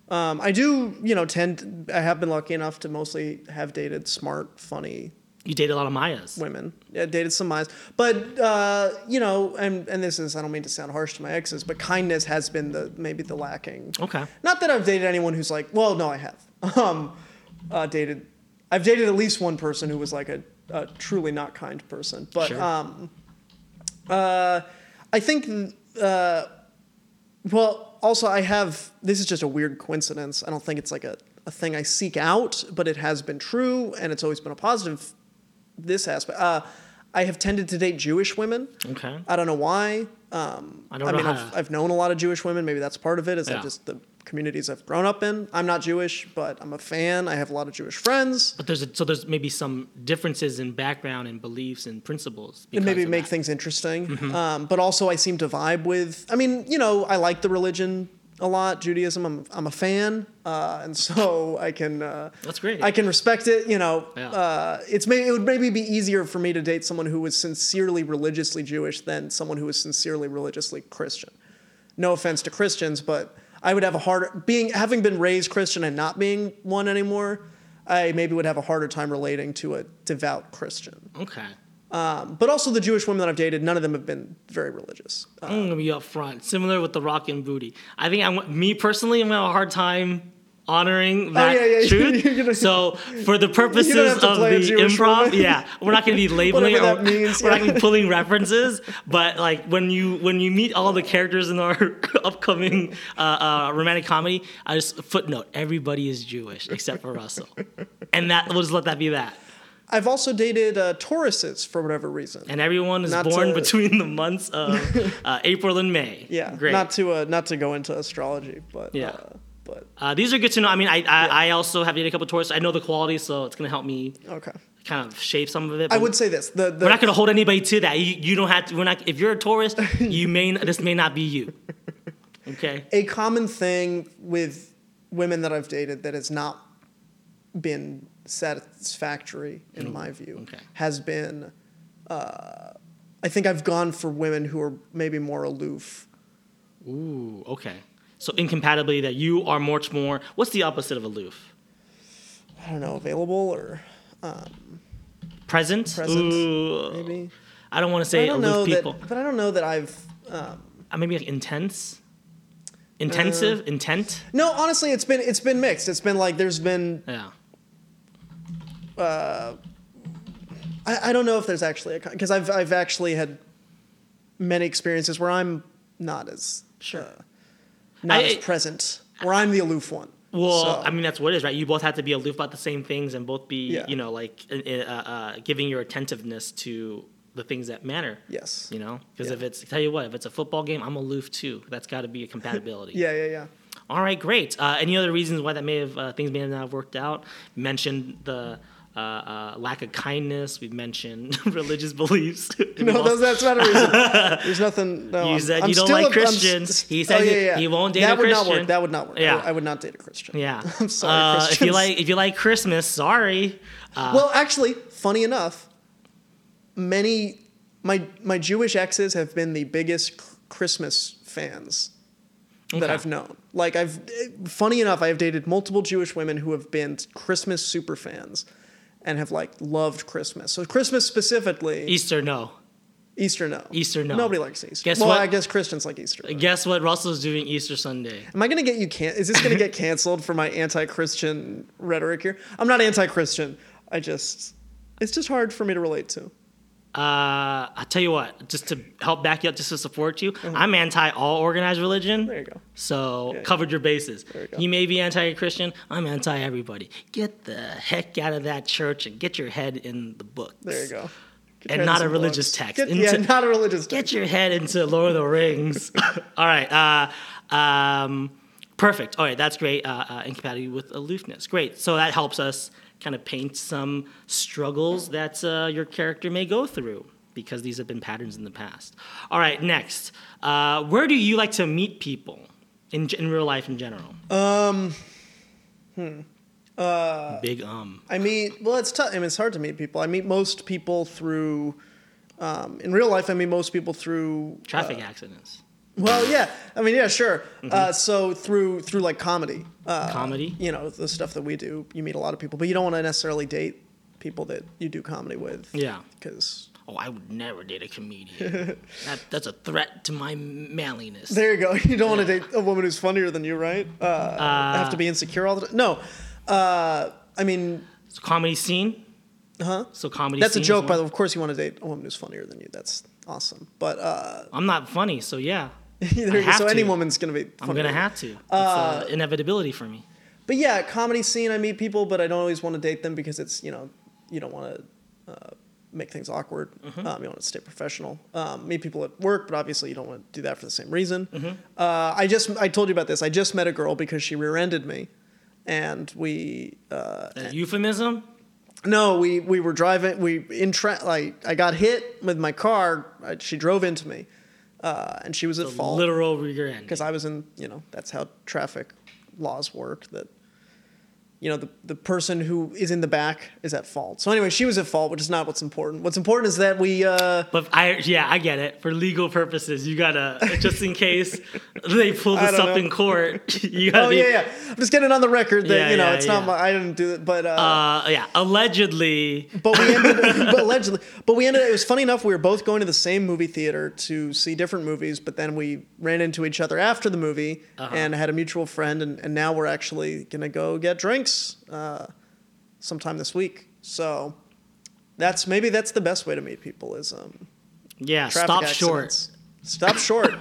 Um, I do, you know, tend, I have been lucky enough to mostly have dated smart, funny,
You date a lot of Mayas.
women. Yeah, dated some mines. But uh, you know, and and this is I don't mean to sound harsh to my exes, but kindness has been the maybe the lacking.
Okay.
Not that I've dated anyone who's like, well, no, I have. Um, uh, dated, I've dated at least one person who was like a, a truly not kind person. But
Sure.
um, uh, I think, uh, well, also I have. This is just a weird coincidence. I don't think it's like a a thing I seek out, but it has been true, and it's always been a positive this aspect. Uh, I have tended to date Jewish women.
Okay.
I don't know why. Um,
I don't
I
know
mean,
how
I've,
to-
I've known a lot of Jewish women. Maybe that's part of it. Is
Yeah.
that just the communities I've grown up in? I'm not Jewish, but I'm a fan. I have a lot of Jewish friends.
But there's a, so there's maybe some differences in background and beliefs and principles.
And
because
maybe
of
make
that.
things interesting.
Mm-hmm.
Um, but also, I seem to vibe with. I mean, you know, I like the religion a lot, Judaism. I'm I'm a fan, uh, and so I can. Uh,
That's great.
I can respect it. You know,
Yeah.
uh, it's may, it would maybe be easier for me to date someone who was sincerely religiously Jewish than someone who was sincerely religiously Christian. No offense to Christians, but I would have a harder being having been raised Christian and not being one anymore. I maybe would have a harder time relating to a devout Christian.
Okay.
Um, but also the Jewish women that I've dated, none of them have been very religious. Uh,
I'm gonna be up front, similar with the rock and booty. I think I'm me personally, I'm gonna have a hard time honoring that
Oh, yeah, yeah,
truth.
you're gonna-
so for the purposes
have to
of
play a
the
Jewish
improv,
woman.
yeah, we're not gonna be labeling
Whatever
or
that means,
we're not gonna
yeah.
be pulling references. But like when you when you meet all the characters in our upcoming uh, uh, romantic comedy, I just footnote: everybody is Jewish except for Russell, and that we'll just let that be that.
I've also dated uh, Tauruses for whatever reason.
And everyone is
Not
born
to-
between the months of uh, April and May.
yeah,
great.
not to uh, not to go into astrology, but
Yeah.
uh, but
Uh, these are good to know. I mean, I I, I also have dated a couple tourists. I know the quality, so it's gonna help me
okay.
kind of shape some of it.
I
but
would say this. The, the
We're not gonna hold anybody to that. You, you don't have to. We're not. If you're a tourist, you may this may not be you. Okay.
a common thing with women that I've dated that has not been satisfactory in my view
Mm. okay.
has been uh, I think I've gone for women who are maybe more aloof.
Ooh. Okay. So incompatibility that you are much more. What's the opposite of aloof?
I don't know, available or
Present.
Present,
Ooh.
maybe
I don't want to
I
say
don't
aloof
know
people.
that, but I don't know that I've. Um,
Uh, maybe like intense. Intensive. intent.
no, honestly, it's been it's been mixed. It's been like there's been
Yeah.
I, I don't know if there's actually a because I've I've actually had many experiences where I'm not as uh,
Sure.
not
I-
as present, where I'm the aloof one.
Well,
So-
I mean, that's what it is, right? You both have to be aloof about the same things and both be,
Yeah.
you know, like uh, uh, uh, giving your attentiveness to the things that matter.
yes,
You know, because if
Yeah.
it's tell you what, if it's a football game, I'm aloof too. That's got to be a compatibility.
yeah, yeah, yeah.
All right, great. Uh, any other reasons why that may have uh, things may not have worked out? Mentioned the. Uh, uh, lack of kindness. We've mentioned religious beliefs. We've
No,
also-
those, that's not a reason. There's nothing. No,
You
I'm-
said
I'm
you don't
still
like
a- I'm Oh, st-
Christians. He said you- you won't date
that
a
would Not
Christian.
work. That would not work.
Yeah.
Yeah. I, would not date a Christian.
yeah.
I'm sorry,
Uh, if you
Christians.
like, if you like Christmas, sorry. Uh,
well, actually, funny enough, many my my Jewish exes have been the biggest cr- Christmas fans that
Okay.
I've known. Like I've eh, funny enough, I have dated multiple Jewish women who have been Christmas super fans and have like loved Christmas. So Christmas specifically,
Easter, no.
Easter no.
E-, Easter, no.
Nobody likes Easter.
Guess
well,
what?
I guess Christians like Easter. though.
Guess what? Russell's doing Easter Sunday.
Am I gonna get you can? Is this gonna get canceled for my anti-Christian rhetoric here? I'm not anti-Christian. I just, it's just hard for me to relate to.
Uh, I'll tell you what, just to help back you up, just to support you, I'm anti all organized religion.
Mm-hmm. There you go.
So
yeah.
covered your bases.
you go.
You may be anti-Christian. I'm anti-everybody. Get the heck out of that church and get your head in the books.
There you go. Get
And
your head
not
in
a
some
religious
books.
text.
Get-
Into-
yeah, not a religious text.
Get your head into Lord of the Rings. All right. Uh, um, perfect. All right. That's great. Uh, uh, incompatibility with aloofness. Great. So that helps us kind of paint some struggles that uh, your character may go through because these have been patterns in the past. All right. Next. Uh, where do you like to meet people in, in real life in general?
Um, hmm, uh,
Big um.
I meet. Well, it's tough. I mean, it's hard to meet people. I meet most people through. Um, in real life, I meet most people through.
Traffic accidents.
Well, yeah. I mean, yeah, sure. Uh, so through through like comedy. Uh,
Mm-hmm. Comedy?
You know the stuff that we do. You meet a lot of people, but you don't want to necessarily date people that you do comedy with.
Yeah.
Because
Oh, I would never date a comedian. that, that's a threat to my manliness.
there you go. You don't want to date a woman who's funnier than you, right? Uh, have to be insecure all the time. No. Uh, I mean,
So comedy scene.
Huh?
So comedy.
that's a
scene is
joke.
one-
By the way, of course, you want to date a woman who's funnier than you. That's awesome. But uh,
I'm not funny, so yeah.
there you go.
have
so any
to.
woman's gonna be.
I'm
funnier
gonna
than you.
have to. It's uh, inevitability for me.
But yeah, comedy scene, I meet people, but I don't always want to date them because it's, you know, you don't want to uh, make things awkward.
Mm-hmm.
Um, you want to stay professional. Um, meet people at work, but obviously you don't want to do that for the same reason.
Mm-hmm.
Uh, I just, I told you about this. I just met a girl because she rear ended me. And we, uh,
That euphemism.
no, we, we were driving, we, in tra- like, I got hit with my car. I, she drove into me. Uh, and she was at fault
Literal rear end.
because I was in, you know, that's how traffic laws work. That, you know, the, the person who is in the back is at fault. So anyway, she was at fault, which is not what's important. What's important is that we, uh,
But I, yeah, I get it. For legal purposes, you gotta just in case they pull
I
this
don't
up
know.
in court. You gotta
oh
be,
yeah, yeah. I'm just getting on the record that
Yeah,
you know
yeah,
it's
yeah.
not my. I didn't do it, but uh,
Uh, yeah. Allegedly,
but we ended but allegedly but we ended it was funny enough we were both going to the same movie theater to see different movies but then we ran into each other after the movie
Uh-huh.
and had a mutual friend and, and now we're actually gonna go get drinks uh, sometime this week so that's maybe that's the best way to meet people is um,
yeah.
traffic
Stop short.
accidents. stop short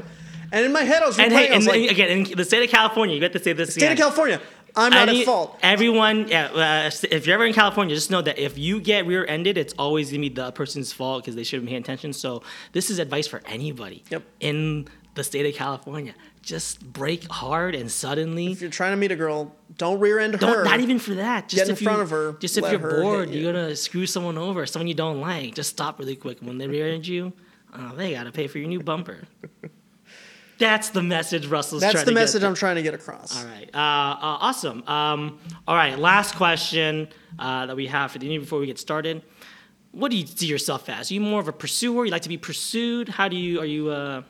and in my head I was
And
replaying,
hey,
I was
and uh, and
like
again, in the state of California, you got to say this.
state
again.
of California I'm not
Any-
at fault
Everyone, yeah, uh, if you're ever in California, just know that if you get rear-ended, it's always gonna be the person's fault because they shouldn't pay attention. So this is advice for anybody
Yep.
in the state of California. Just break hard and suddenly.
if you're trying to meet a girl don't rear end
Don't,
her
not even for that. Just
Get in
if
front
you,
of her,
Just if
let
you're
her hit
bored,
you.
you're gonna screw someone over, someone you don't like. Just stop really quick. When they rear-end you, uh, they gotta pay for your new bumper. That's the message Russell's
that's
trying
the
to get
message
to.
I'm trying to get across
All right. Uh, uh, awesome. Um, all right. Last question uh, that we have for the interview before we get started. What do you see yourself as? Are you more of a pursuer? You like to be pursued? How do you? Are you? Uh,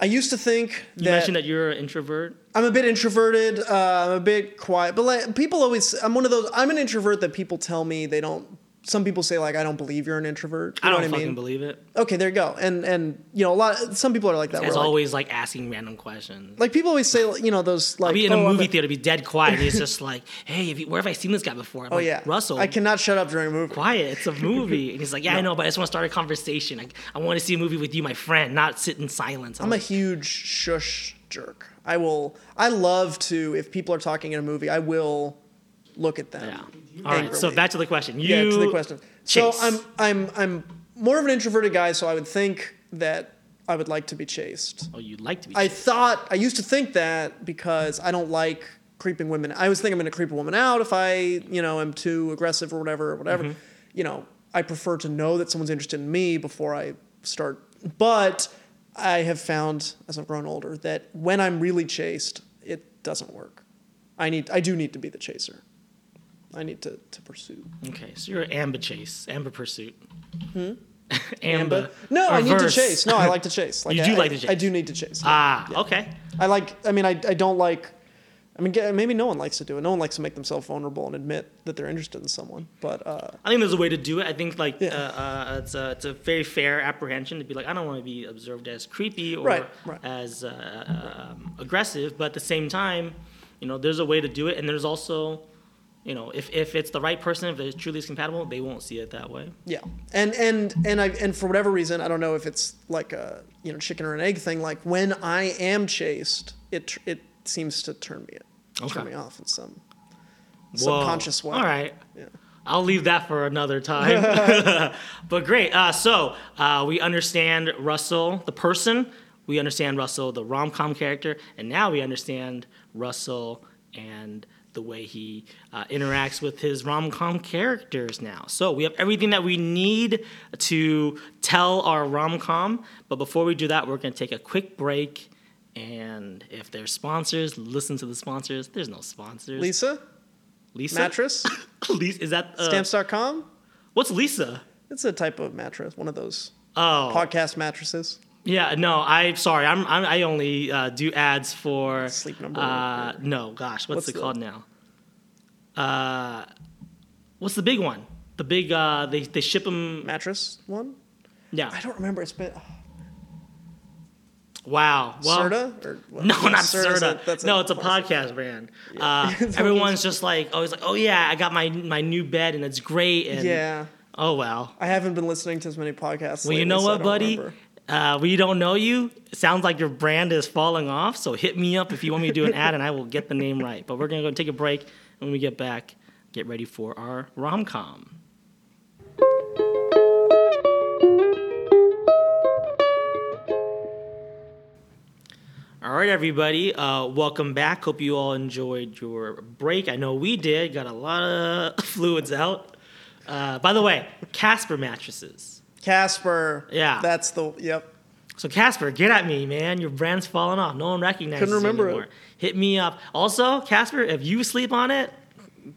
I used to think
you mentioned that you're an introvert.
I'm a bit introverted. Uh, I'm a bit quiet, but like people always, I'm one of those. I'm an introvert that people tell me they don't. Some people say like, I don't believe you're an introvert. You
I
know
don't
what I
fucking
mean?
believe it.
Okay, there you go. And and you know, a lot. Some people are like that.
As
where, like,
always, like asking random questions.
like people always say, you know, those like
I'll be in
oh,
a
I'm
movie theater, be dead quiet, and it's just like, hey, have you, where have I seen this guy before? I'm
Oh
like,
yeah,
Russell.
I cannot shut up during a movie.
Quiet. It's a movie. And he's like, yeah, I know, but I just want to start a conversation. I, I want to see a movie with you, my friend, not sit in silence.
I'm a huge shush jerk. I will. I love to. If people are talking in a movie, I will look at them.
yeah. All right. So
angrily.
back to the question. You,
yeah, to the question.
Chase.
So I'm I'm I'm more of an introverted guy, so I would think that I would like to be chased.
Oh, you'd like to be.
I thought I used to think that because I don't like creeping women. I always think I'm going to creep a woman out if I, you know, am too aggressive or whatever, or whatever. You know, I prefer to know that someone's interested in me before I start. But I have found as I've grown older that when I'm really chased, it doesn't work. I need I do need to be the chaser. I need to, to pursue.
Okay, so you're amber chase, amber pursuit. amber.
Hmm? No, I need to
Reverse.
chase. No, I like to chase. Like
You
I,
do
I-
like to chase.
I do need to chase.
Ah, okay.
I like. I mean, I, I don't like. I mean, ge- maybe no one likes to do it. No one likes to make themselves vulnerable and admit that they're interested in someone. But uh,
I think there's a way to do it. I think like
Yeah.
uh, uh, it's a it's a very fair apprehension to be like I don't want to be observed as creepy or
Right, right.
as uh, um, aggressive, but at the same time, you know, there's a way to do it, and there's also you know, if, if it's the right person, if it truly is compatible, they won't see it that way.
Yeah, and and and I and for whatever reason, I don't know if it's like a you know chicken or an egg thing. Like when I am chased, it tr- it seems to turn me turn
Okay.
me off in some
Whoa.
subconscious way.
All right.
Yeah.
I'll leave that for another time. but great. Uh, so uh, we understand Russell, the person. We understand Russell, the rom com character. And now we understand Russell and the way he uh, interacts with his rom com characters now. So we have everything that we need to tell our rom com. But before we do that, we're going to take a quick break. And if there's sponsors, listen to the sponsors. There's no sponsors.
Lisa
Lisa?
mattress
Lisa, is that uh,
stamps.com.
What's Lisa?
It's a type of mattress, one of those
Oh,
podcast mattresses.
yeah. No, I'm sorry. I'm, I'm I only uh, do ads for
Sleep Number
Uh, no, gosh, what's,
What's
it
the-
called now? Uh, what's the big one? The big uh, they they ship them.
Mattress one.
Yeah.
I don't remember. It's been oh,
wow. Well,
Serta or what?
No,
Yeah,
not
Serta's a-
Serta. no, it's a podcast brand. Uh,
It's
everyone's just like always like, oh yeah, I got my my new bed and it's great and
Yeah,
oh well.
I haven't been listening to as many podcasts.
Well, you
lately,
know
so I
what,
don't
buddy?
remember.
Uh, we don't know you. It sounds like your brand is falling off. So hit me up if you want me to do an ad, and I will get the name right. But we're gonna go take a break. and When we get back, get ready for our rom com. All right, everybody. Uh, welcome back. Hope you all enjoyed your break. I know we did. Got a lot of fluids out. Uh, by the way, Casper mattresses.
Casper.
Yeah.
That's the yep.
So Casper, get at me, man. Your brand's falling off. No one recognizes
Couldn't remember
you
it.
anymore. Hit me up. Also, Casper, if you sleep on it,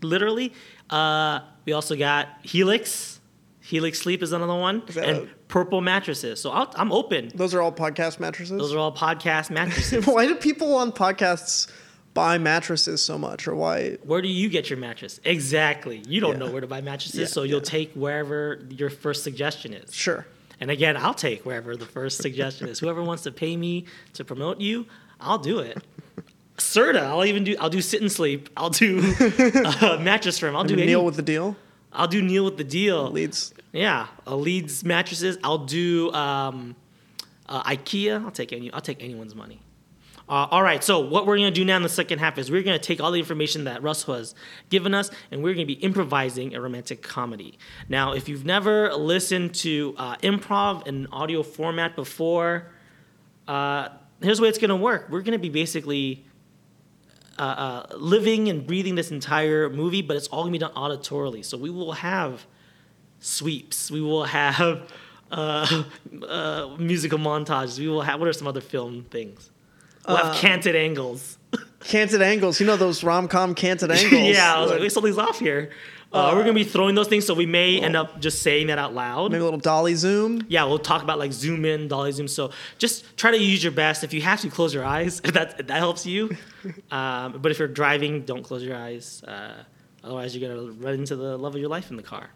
literally, uh, we also got Helix. Helix Sleep is another one,
that
and
a-
Purple mattresses. So I'll, I'm open.
Those are all podcast mattresses.
Those are all podcast mattresses.
why do people on podcasts buy mattresses so much, or why?
Where do you get your mattress? Exactly. You don't
Yeah.
know where to buy mattresses,
Yeah,
so you'll
yeah.
take wherever your first suggestion is.
Sure.
And again, I'll take wherever the first suggestion is. Whoever wants to pay me to promote you, I'll do it. Serta, I'll even do. I'll do sit and sleep. I'll do uh, mattress firm. I'll do any,
Deal with the deal.
I'll do Neil with the deal.
Leads.
Yeah, uh, Leeds mattresses. I'll do um, uh, IKEA. I'll take any. I'll take anyone's money. Uh, all right. So what we're gonna do now in the second half is we're gonna take all the information that Russell has given us, and we're gonna be improvising a romantic comedy. Now, if you've never listened to uh, improv in an audio format before, uh, here's the way it's gonna work. We're gonna be basically uh, uh, living and breathing this entire movie, but it's all gonna be done auditorily. So we will have sweeps. We will have uh, uh, musical montages. We will have what are some other film things? We'll
Uh,
have canted angles.
Canted angles. You know those rom com canted angles.
yeah, I was like, wait, something's off here. Uh, we're gonna be throwing those things, so we may end up just saying that out loud.
oh. maybe a little dolly zoom.
yeah, we'll talk about like zoom in, dolly zoom. So just try to use your best. If you have to, close your eyes. If that if that helps you. Um, but if you're driving, don't close your eyes. Uh, otherwise, you're gonna run into the love of your life in the car.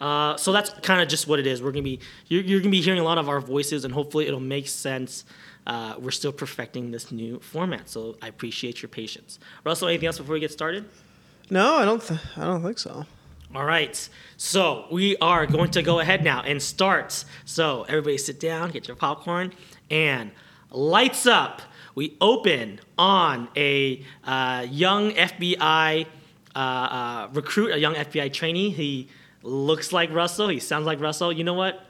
Uh, so that's kind of just what it is. We're gonna be you're, you're gonna be hearing a lot of our voices, and hopefully it'll make sense. Uh, we're still perfecting this new format, so I appreciate your patience. Russell, anything else before we get started?
No, I don't. Th- I don't think so.
All right. So we are going to go ahead now and start. So everybody sit down, get your popcorn, and lights up. We open on a uh, young FBI uh, uh, recruit, a young FBI trainee. He looks like Russell. He sounds like Russell. You know what?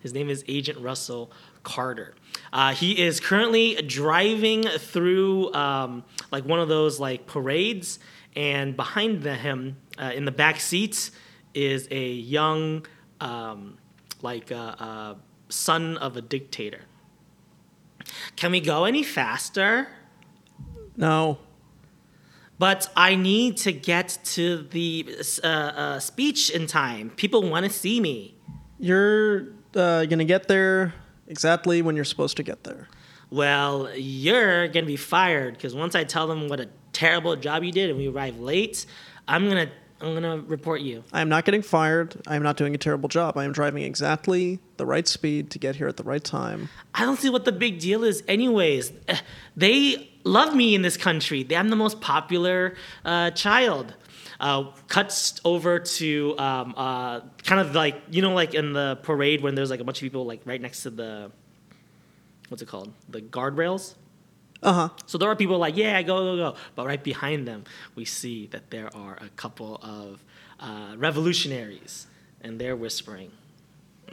His name is Agent Russell Carter. Uh, he is currently driving through um, like one of those like parades, and behind the, him uh, in the back seat is a young um, like uh, uh, son of a dictator. Can we go any faster?
No.
But I need to get to the uh, uh, speech in time. People want to see me.
You're uh, gonna get there exactly when you're supposed to get there.
Well, you're gonna be fired because once I tell them what a terrible job you did and we arrive late, I'm gonna I'm gonna report you.
I am not getting fired. I am not doing a terrible job. I am driving exactly the right speed to get here at the right time.
I don't see what the big deal is, anyways. Eh, They love me in this country. I'm the most popular uh, child. uh, cuts over to um, uh, kind of like you know like in the parade when there's like a bunch of people like right next to the what's it called the guardrails.
Uh huh.
So there are people like, yeah, go, go, go. But right behind them, we see that there are a couple of uh, revolutionaries, and they're whispering,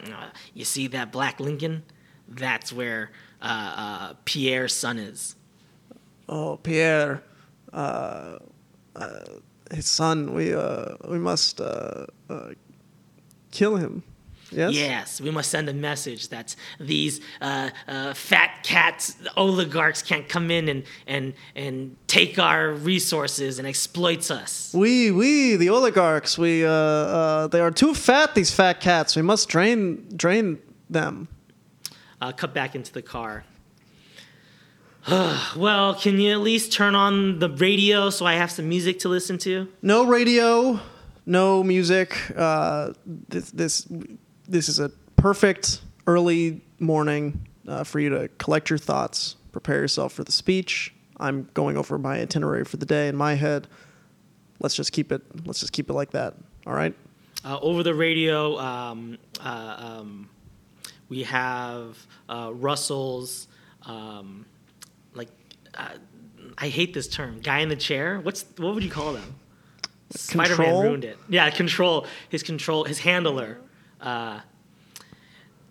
"Uh, You see that black Lincoln? That's where uh, uh, Pierre's son is.
Oh, Pierre, uh, uh, his son. We uh, we must uh, uh, kill him. Yes.
Yes, we must send a message that these uh, uh, fat cats, oligarchs, can't come in and, and, and take our resources and exploit us.
We we the oligarchs. We uh, uh, they are too fat. These fat cats. We must drain drain them.
uh, cut back into the car. well, can you at least turn on the radio so I have some music to listen to?
No radio. No music. Uh, this this this is a perfect early morning uh, for you to collect your thoughts, prepare yourself for the speech. I'm going over my itinerary for the day in my head. Let's just keep it. Let's just keep it like that. All right.
Uh, over the radio, um, uh, um, we have uh, Russell's, um, like, uh, I hate this term, guy in the chair. What's what would you call them? Spider-Man
Control?
ruined it. Yeah, control. His control. His handler. Uh,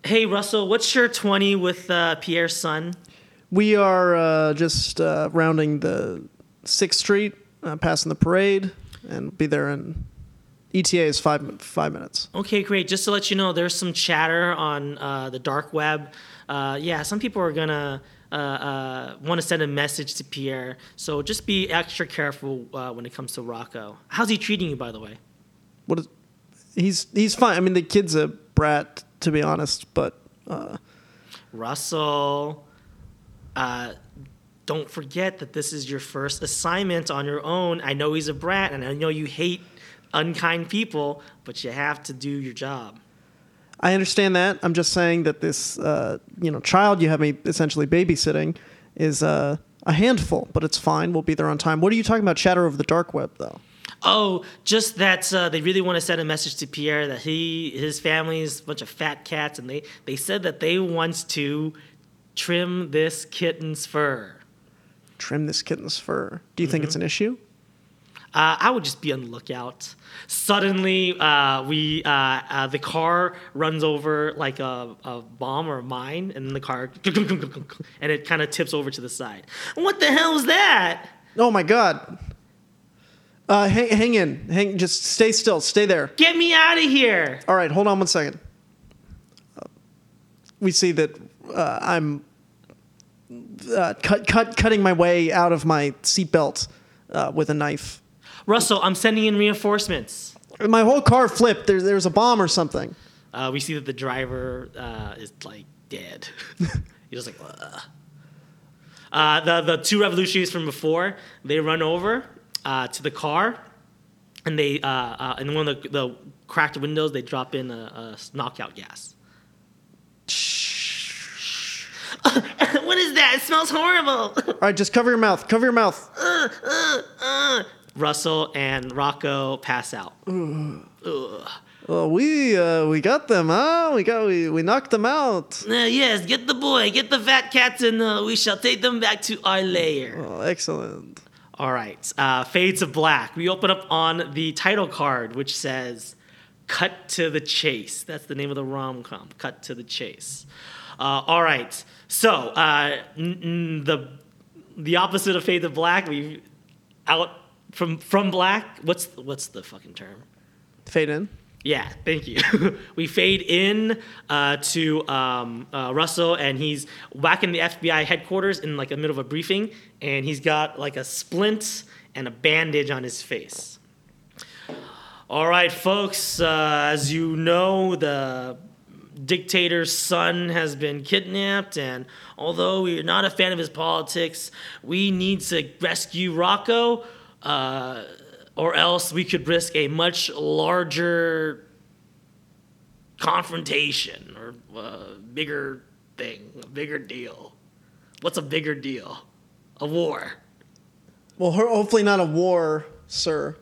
hey, Russell, what's your twenty with uh, Pierre's son?
We are uh, just uh, rounding the Sixth Street, uh, passing the parade, and be there in ETA is five min- five minutes.
Okay, great. Just to let you know, there's some chatter on uh, the dark web. Uh, yeah, some people are gonna uh, uh, want to send a message to Pierre, so just be extra careful uh, when it comes to Rocco. How's he treating you, by the way?
What is, he's he's fine. I mean, the kid's a brat, to be honest, but uh,
Russell, uh, don't forget that this is your first assignment on your own. I know he's a brat, and I know you hate unkind people, but you have to do your job.
I understand that. I'm just saying that this uh, you know child you have me essentially babysitting is uh, a handful, but it's fine. We'll be there on time. What are you talking about? Chatter over the dark web, though.
Oh, just that uh, they really want to send a message to Pierre that he, his family is a bunch of fat cats, and they, they said that they wants to trim this kitten's fur.
Trim this kitten's fur. Do you think it's an issue?
Uh, I would just be on the lookout. Suddenly, uh, we uh, uh, the car runs over like a, a bomb or a mine, and then the car and it kind of tips over to the side. What the hell is that?
Oh my god. Uh, hang, hang in, hang. Just stay still. Stay there.
Get me out of here!
All right, hold on one second. Uh, We see that uh, I'm uh, cut, cut, cutting my way out of my seatbelt uh, with a knife.
Russell, I'm sending in reinforcements.
My whole car flipped. There, there's a bomb or something.
Uh, we see that the driver uh, is like dead. He's just like, Ugh. Uh, the the two revolutionaries from before they run over uh, to the car, and they uh, uh, in one of the, the cracked windows they drop in a, a knockout gas. what is that? It smells horrible.
All right, just cover your mouth. Cover your mouth.
Russell and Rocco pass out. "Uh, Ugh.
Oh, we uh, we got them, huh? We got we, we knocked them out.
Uh, yes, get the boy, get the fat cats, and uh, we shall take them back to our lair.
Oh, excellent.
All right. Uh, Fades of Black. We open up on the title card, which says Cut to the Chase. That's the name of the rom com, Cut to the Chase. Uh, all right. So, uh, n- n- the, the opposite of Fades of Black, we out from, from black. What's, what's the fucking term?
Fade in.
Yeah, thank you. we fade in uh, to um, uh, Russell, and he's whacking the FBI headquarters in like the middle of a briefing, and he's got like a splint and a bandage on his face. All right, folks. Uh, as you know, the dictator's son has been kidnapped, and although we're not a fan of his politics, we need to rescue Rocco, uh, or else we could risk a much larger confrontation or uh, bigger thing, a bigger deal. What's a bigger deal? A war.
Well, ho- hopefully not a war, sir.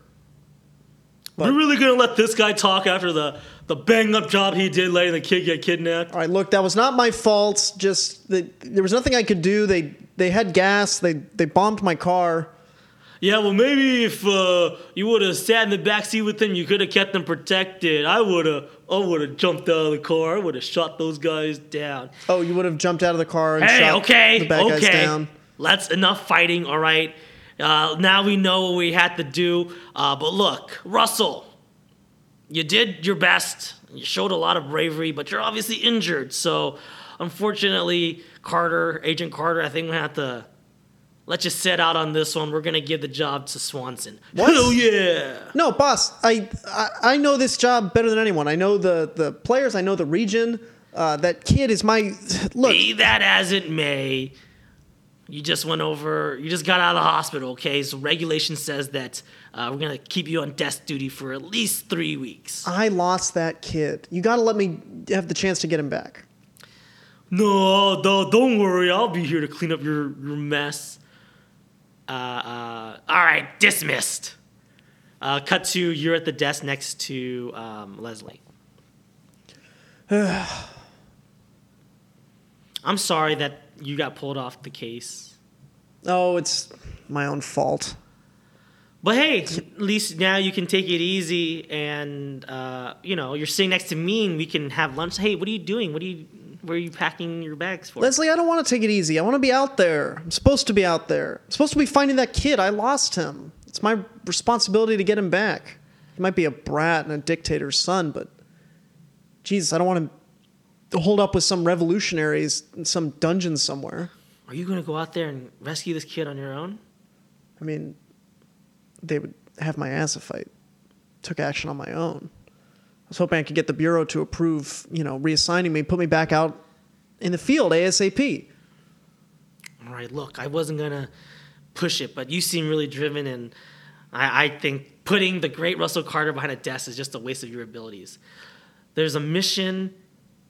But-
We're really gonna let this guy talk after the the bang up job he did letting the kid get kidnapped.
All right, look, that was not my fault. Just that there was nothing I could do. They they had gas. They they bombed my car.
Yeah, well maybe if uh, you would have sat in the back seat with him, you could have kept him protected. I would have, I would have jumped out of the car. I would have shot those guys down.
Oh, you would have jumped out of the car and
Hey,
shot
okay,
the bad
okay.
guys down.
Let's enough fighting. All right. Uh, now we know what we had to do. Uh, but look, Russell, you did your best. You showed a lot of bravery, but you're obviously injured. So, unfortunately, Carter, Agent Carter, I think we have to let you sit out on this one. We're gonna give the job to Swanson.
What?
Hell yeah!
No, boss, I, I I know this job better than anyone. I know the the players. I know the region. Uh, that kid is my look.
Be that as it may, you just went over, you just got out of the hospital, okay? So regulation says that uh, we're gonna keep you on desk duty for at least three weeks.
I lost that kid. You got to let me have the chance to get him back.
No, no, don't worry, I'll be here to clean up your, your mess. Uh, uh, all right, dismissed. Uh, cut to you're at the desk next to um, Leslie. I'm sorry that you got pulled off the case.
Oh, it's my own fault.
But hey, at least now you can take it easy, and uh, you know you're sitting next to me, and we can have lunch. Hey, what are you doing? What are you? Where are you packing your bags for?
Leslie, I don't want to take it easy. I want to be out there. I'm supposed to be out there. I'm supposed to be finding that kid. I lost him. It's my responsibility to get him back. He might be a brat and a dictator's son, but Jesus, I don't want him to hold up with some revolutionaries in some dungeon somewhere.
are you gonna go out there and rescue this kid on your own?
I mean, they would have my ass if I took action on my own. I was hoping I could get the bureau to approve, you know, reassigning me, put me back out in the field ASAP.
All right, look, I wasn't gonna push it, but you seem really driven, and I, I think putting the great Russell Carter behind a desk is just a waste of your abilities. There's a mission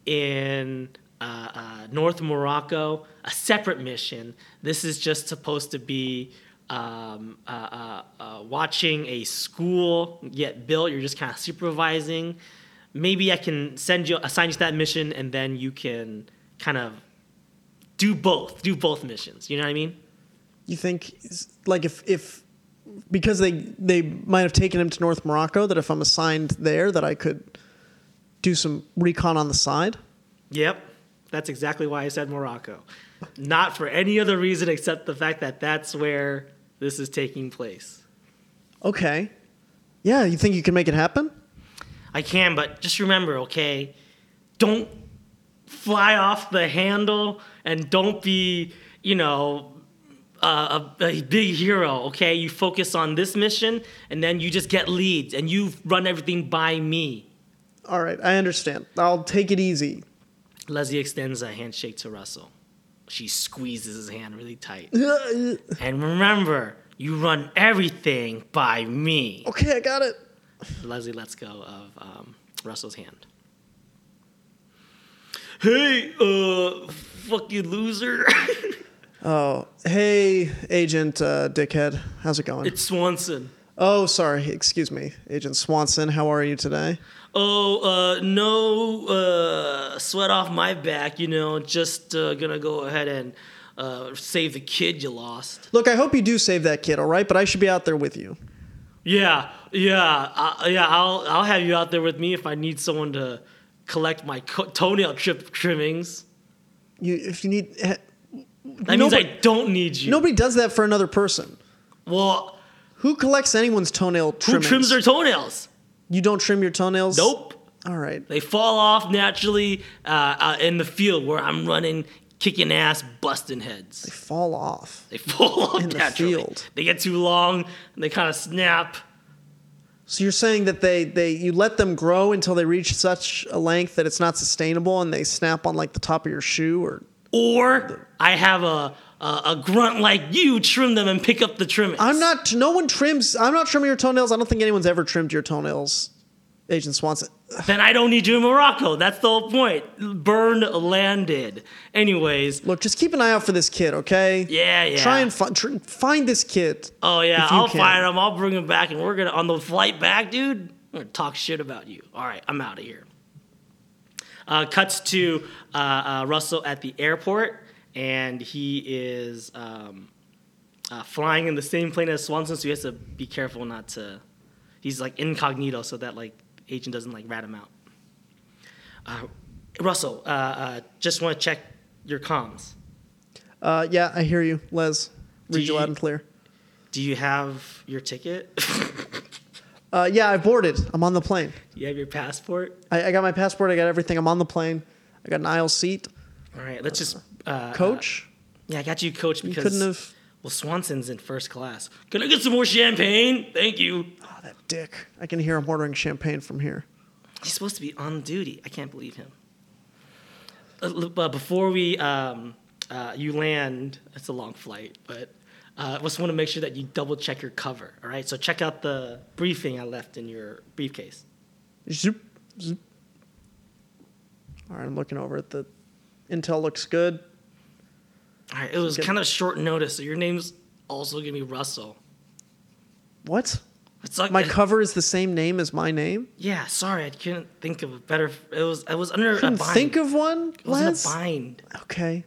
in uh, uh, North Morocco, a separate mission. This is just supposed to be um, uh, uh, uh, watching a school get built. You're just kind of supervising. Maybe I can send you assign you to that mission, and then you can kind of do both. Do both missions. You know what I mean?
You think, like, if if because they they might have taken him to North Morocco, that if I'm assigned there, that I could do some recon on the side.
Yep. That's exactly why I said Morocco. Not for any other reason except the fact that that's where this is taking place.
Okay, yeah, you think you can make it happen?
I can, but just remember, okay? Don't fly off the handle and don't be, you know, uh, a, a big hero, okay? You focus on this mission and then you just get leads and you run everything by me.
All right, I understand. I'll take it easy.
Leslie extends a handshake to Russell. She squeezes his hand really tight.
okay,
And remember, you run everything by me.
I got it.
Leslie lets go of um, Russell's hand. Hey, uh, fuck you, loser.
Oh, hey, Agent uh, Dickhead. How's it going?
it's Swanson.
oh, sorry. Excuse me, Agent Swanson. How are you today?
Oh, uh, no uh, sweat off my back, you know, just uh, gonna go ahead and uh, save the kid you lost.
Look, I hope you do save that kid, all right? But I should be out there with you.
Yeah, yeah, I, yeah. I'll I'll have you out there with me if I need someone to collect my co- toenail trip trimmings.
You, if you need, eh,
That means I
Nobody-
don't need you.
nobody does that for another person.
Well,
Who collects anyone's toenail
who
trimmings?
trims their toenails?
You don't trim your toenails?
Nope.
All right.
They fall off naturally uh, uh, in the field where I'm running, kicking ass, busting heads.
They fall off.
They fall off
In the
naturally.
field.
They get too long and they kind of snap.
So you're saying that they, they you let them grow until they reach such a length that it's not sustainable and they snap on like the top of your shoe or
Or I have a a, a grunt like you trim them and pick up the trimmings.
I'm not. No one trims. I'm not trimming your toenails. I don't think anyone's ever trimmed your toenails Agent Swanson.
Then I don't need you in Morocco. That's the whole point. Burn landed. Anyways,
Look, just keep an eye out for this kid, okay?
yeah, yeah.
Try and fi- tr- find this kid.
Oh yeah,
if you
I'll
can.
find him. I'll bring him back, and we're gonna on the flight back, dude. We're gonna talk shit about you. All right, I'm out of here. Uh, cuts to uh, uh, Russell at the airport, and he is um, uh, flying in the same plane as Swanson, so he has to be careful not to. He's like incognito, so that like agent doesn't like rat him out. Uh, Russell, uh, uh, just want to check your comms.
Uh, yeah, I hear you, Les.
Do
Read you
you-
loud and clear.
Do you have your ticket?
Uh, yeah, I boarded. I'm on the plane.
Do you have your passport?
I, I got my passport. I got everything. I'm on the plane. I got an aisle seat.
All right, let's just uh,
Coach,
Yeah, I got you, coach.
you
Because
couldn't have.
Well, Swanson's in first class. Can I get some more champagne? Thank you.
Oh, that dick. I can hear him ordering champagne from here.
He's supposed to be on duty. I can't believe him. Uh, l- But before we, um, uh, you land. It's a long flight, but uh, just want to make sure that you double check your cover. All right, so check out the briefing I left in your briefcase.
Zoop, zoop. All right, I'm looking over at the intel. Looks good.
All right, it was
Good.
kind of short notice, so your name's also gonna be Russell.
What?
It's like
My cover is the same name as my name.
yeah. Sorry, I couldn't think of a better. It was I was under a
Couldn't
bind.
think of one,
I was in a
Les.
bind.
Okay.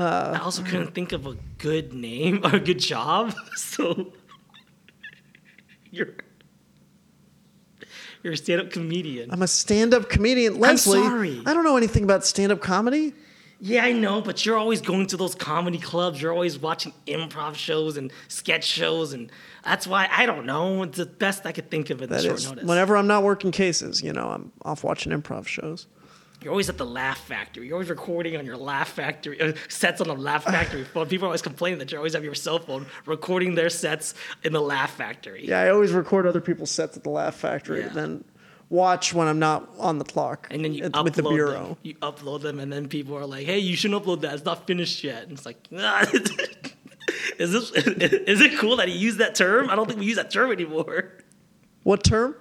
I also couldn't think of a good name or a good job, so you're you're a stand-up comedian.
I'm a stand-up comedian, Leslie.
sorry.
I don't know anything about stand-up comedy.
yeah, I know, but you're always going to those comedy clubs. You're always watching improv shows and sketch shows, and that's why I don't know. It's the best I could think of at the
That
short
is,
notice.
whenever I'm not working cases, you know, I'm off watching improv shows.
You're always at the Laugh Factory. You're always recording on your Laugh Factory uh, sets on the Laugh Factory phone. People always complain that you always have your cell phone recording their sets in the Laugh Factory.
Yeah, I always record other people's sets at the Laugh Factory,
Yeah.
then watch when I'm not on the clock
and then you
at-
upload
with the
Them.
bureau.
You upload them, and then people are like, "Hey, you shouldn't upload that. It's not finished yet." And it's like, ah, is this is it cool that he used that term? I don't think we use that term anymore.
What term?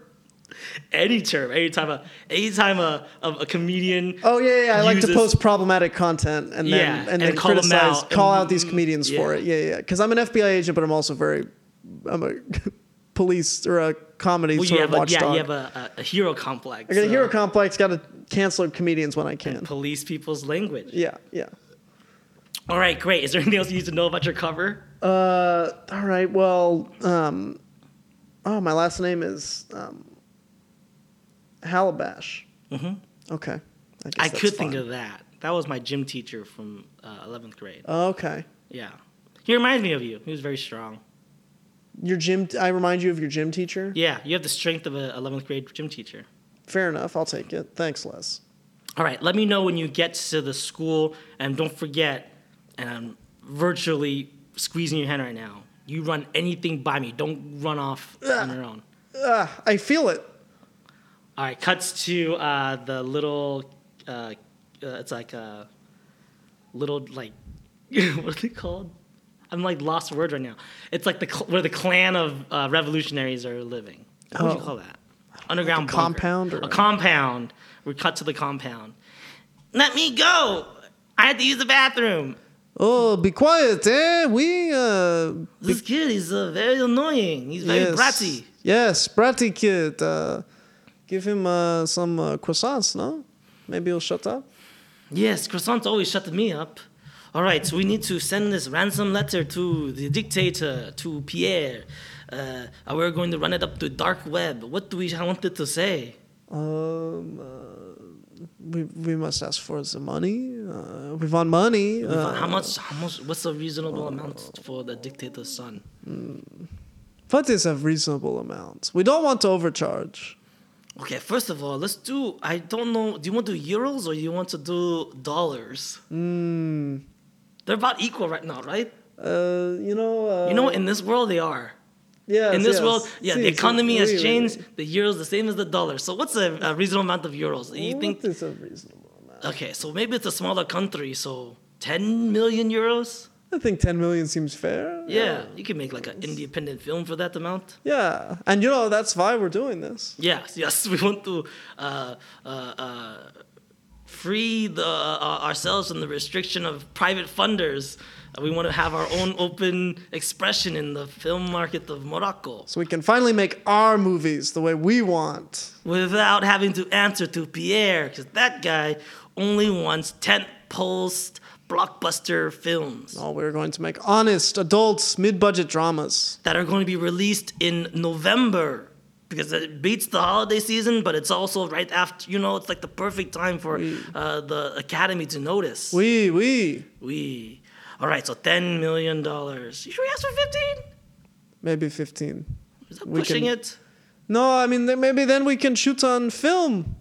Any term, anytime a anytime a a, a comedian.
Oh yeah, yeah. I like to
uses-
post problematic content and then
Yeah,
and,
and
then
call 'em
criticize,
out.
call out
And-
these comedians for
yeah.
it. Yeah, yeah. Because I'm an FBI agent, but I'm also very, I'm a police or a comedy
Well, oh, you
sort
have
of
a,
watchdog.
yeah, you have a, a, a hero complex.
I got a
so
hero complex. Got to cancel comedians when I can.
Police people's language.
yeah, yeah.
All right, great. Is there anything else you need to know about your cover?
Uh, all right. Well, um, oh, my last name is um, Halabash. Mm-hmm. Okay. guess
I
that's
could think
fine.
of that. That was my gym teacher from uh, 11th grade.
Okay.
Yeah. He reminds me of you. He was very strong.
Your gym. I remind you of your gym teacher.
Yeah, you have the strength of a 11th grade gym teacher.
Fair enough. I'll take it. Thanks, Les.
All right, let me know when you get to the school, and don't forget, and I'm virtually squeezing your hand right now. You run anything by me. Don't run off on your own.
Ah, I feel it.
All right, cuts to uh, the little. Uh, uh, it's like a little like what are they called? I'm like lost word right now. It's like the cl- where the clan of uh, revolutionaries are living. What would
Oh.
you call that? Underground bunker.
compound or
a
a-
compound. We cut to the compound. Let me go. I had to use the bathroom.
Oh, be quiet, eh? We uh,
This kid is uh, very annoying. He's very bratty.
Yes, bratty kid. Uh, give him uh, some uh, croissants, no? Maybe he'll shut up.
Yes, croissants always shut me up. All right, so we need to send this ransom letter to the dictator, to Pierre. Uh, and we're going to run it up to dark web. What do we want it to say?
Um, uh, we we must ask for the money. Uh, we want money. Uh,
how much? How much? What's a reasonable amount for the dictator's son?
what is a reasonable amount? We don't want to overcharge.
Okay, first of all, let's do. I don't know. Do you want to do euros or you want to do dollars? They're about equal right now, right?
Hmm, Uh, you know. Uh,
you know, in this world, they are.
yes,
in this
yes.
world, yeah,
Si,
the
si,
economy
oui,
has
oui,
changed.
oui.
The euro's the same as the dollar. So what's a, a reasonable amount of euros? You
What
think?
is a reasonable amount?
Okay, so maybe it's a smaller country. So 10 million euros.
I think 10 million seems fair.
Yeah, you could make like an independent film for that amount.
Yeah. And you know, that's why we're doing this.
Yes, yes, we want to uh, uh, uh, free the, uh, ourselves from the restriction of private funders. Uh, We want to have our own open expression in the film market of Morocco
So we can finally make our movies the way we want.
without having to answer to Pierre, because that guy only wants tent pulsed blockbuster films.
Oh, we're going to make honest, adults, mid budget dramas.
that are going to be released in November because it beats the holiday season, but it's also right after, you know, it's like the perfect time for uh, the Academy to notice. We.
We, we.
All right, so $10 million. Should we ask for 15?
Maybe 15.
Is that
We
pushing
can-
it?
No, I mean, then maybe then we can shoot on film.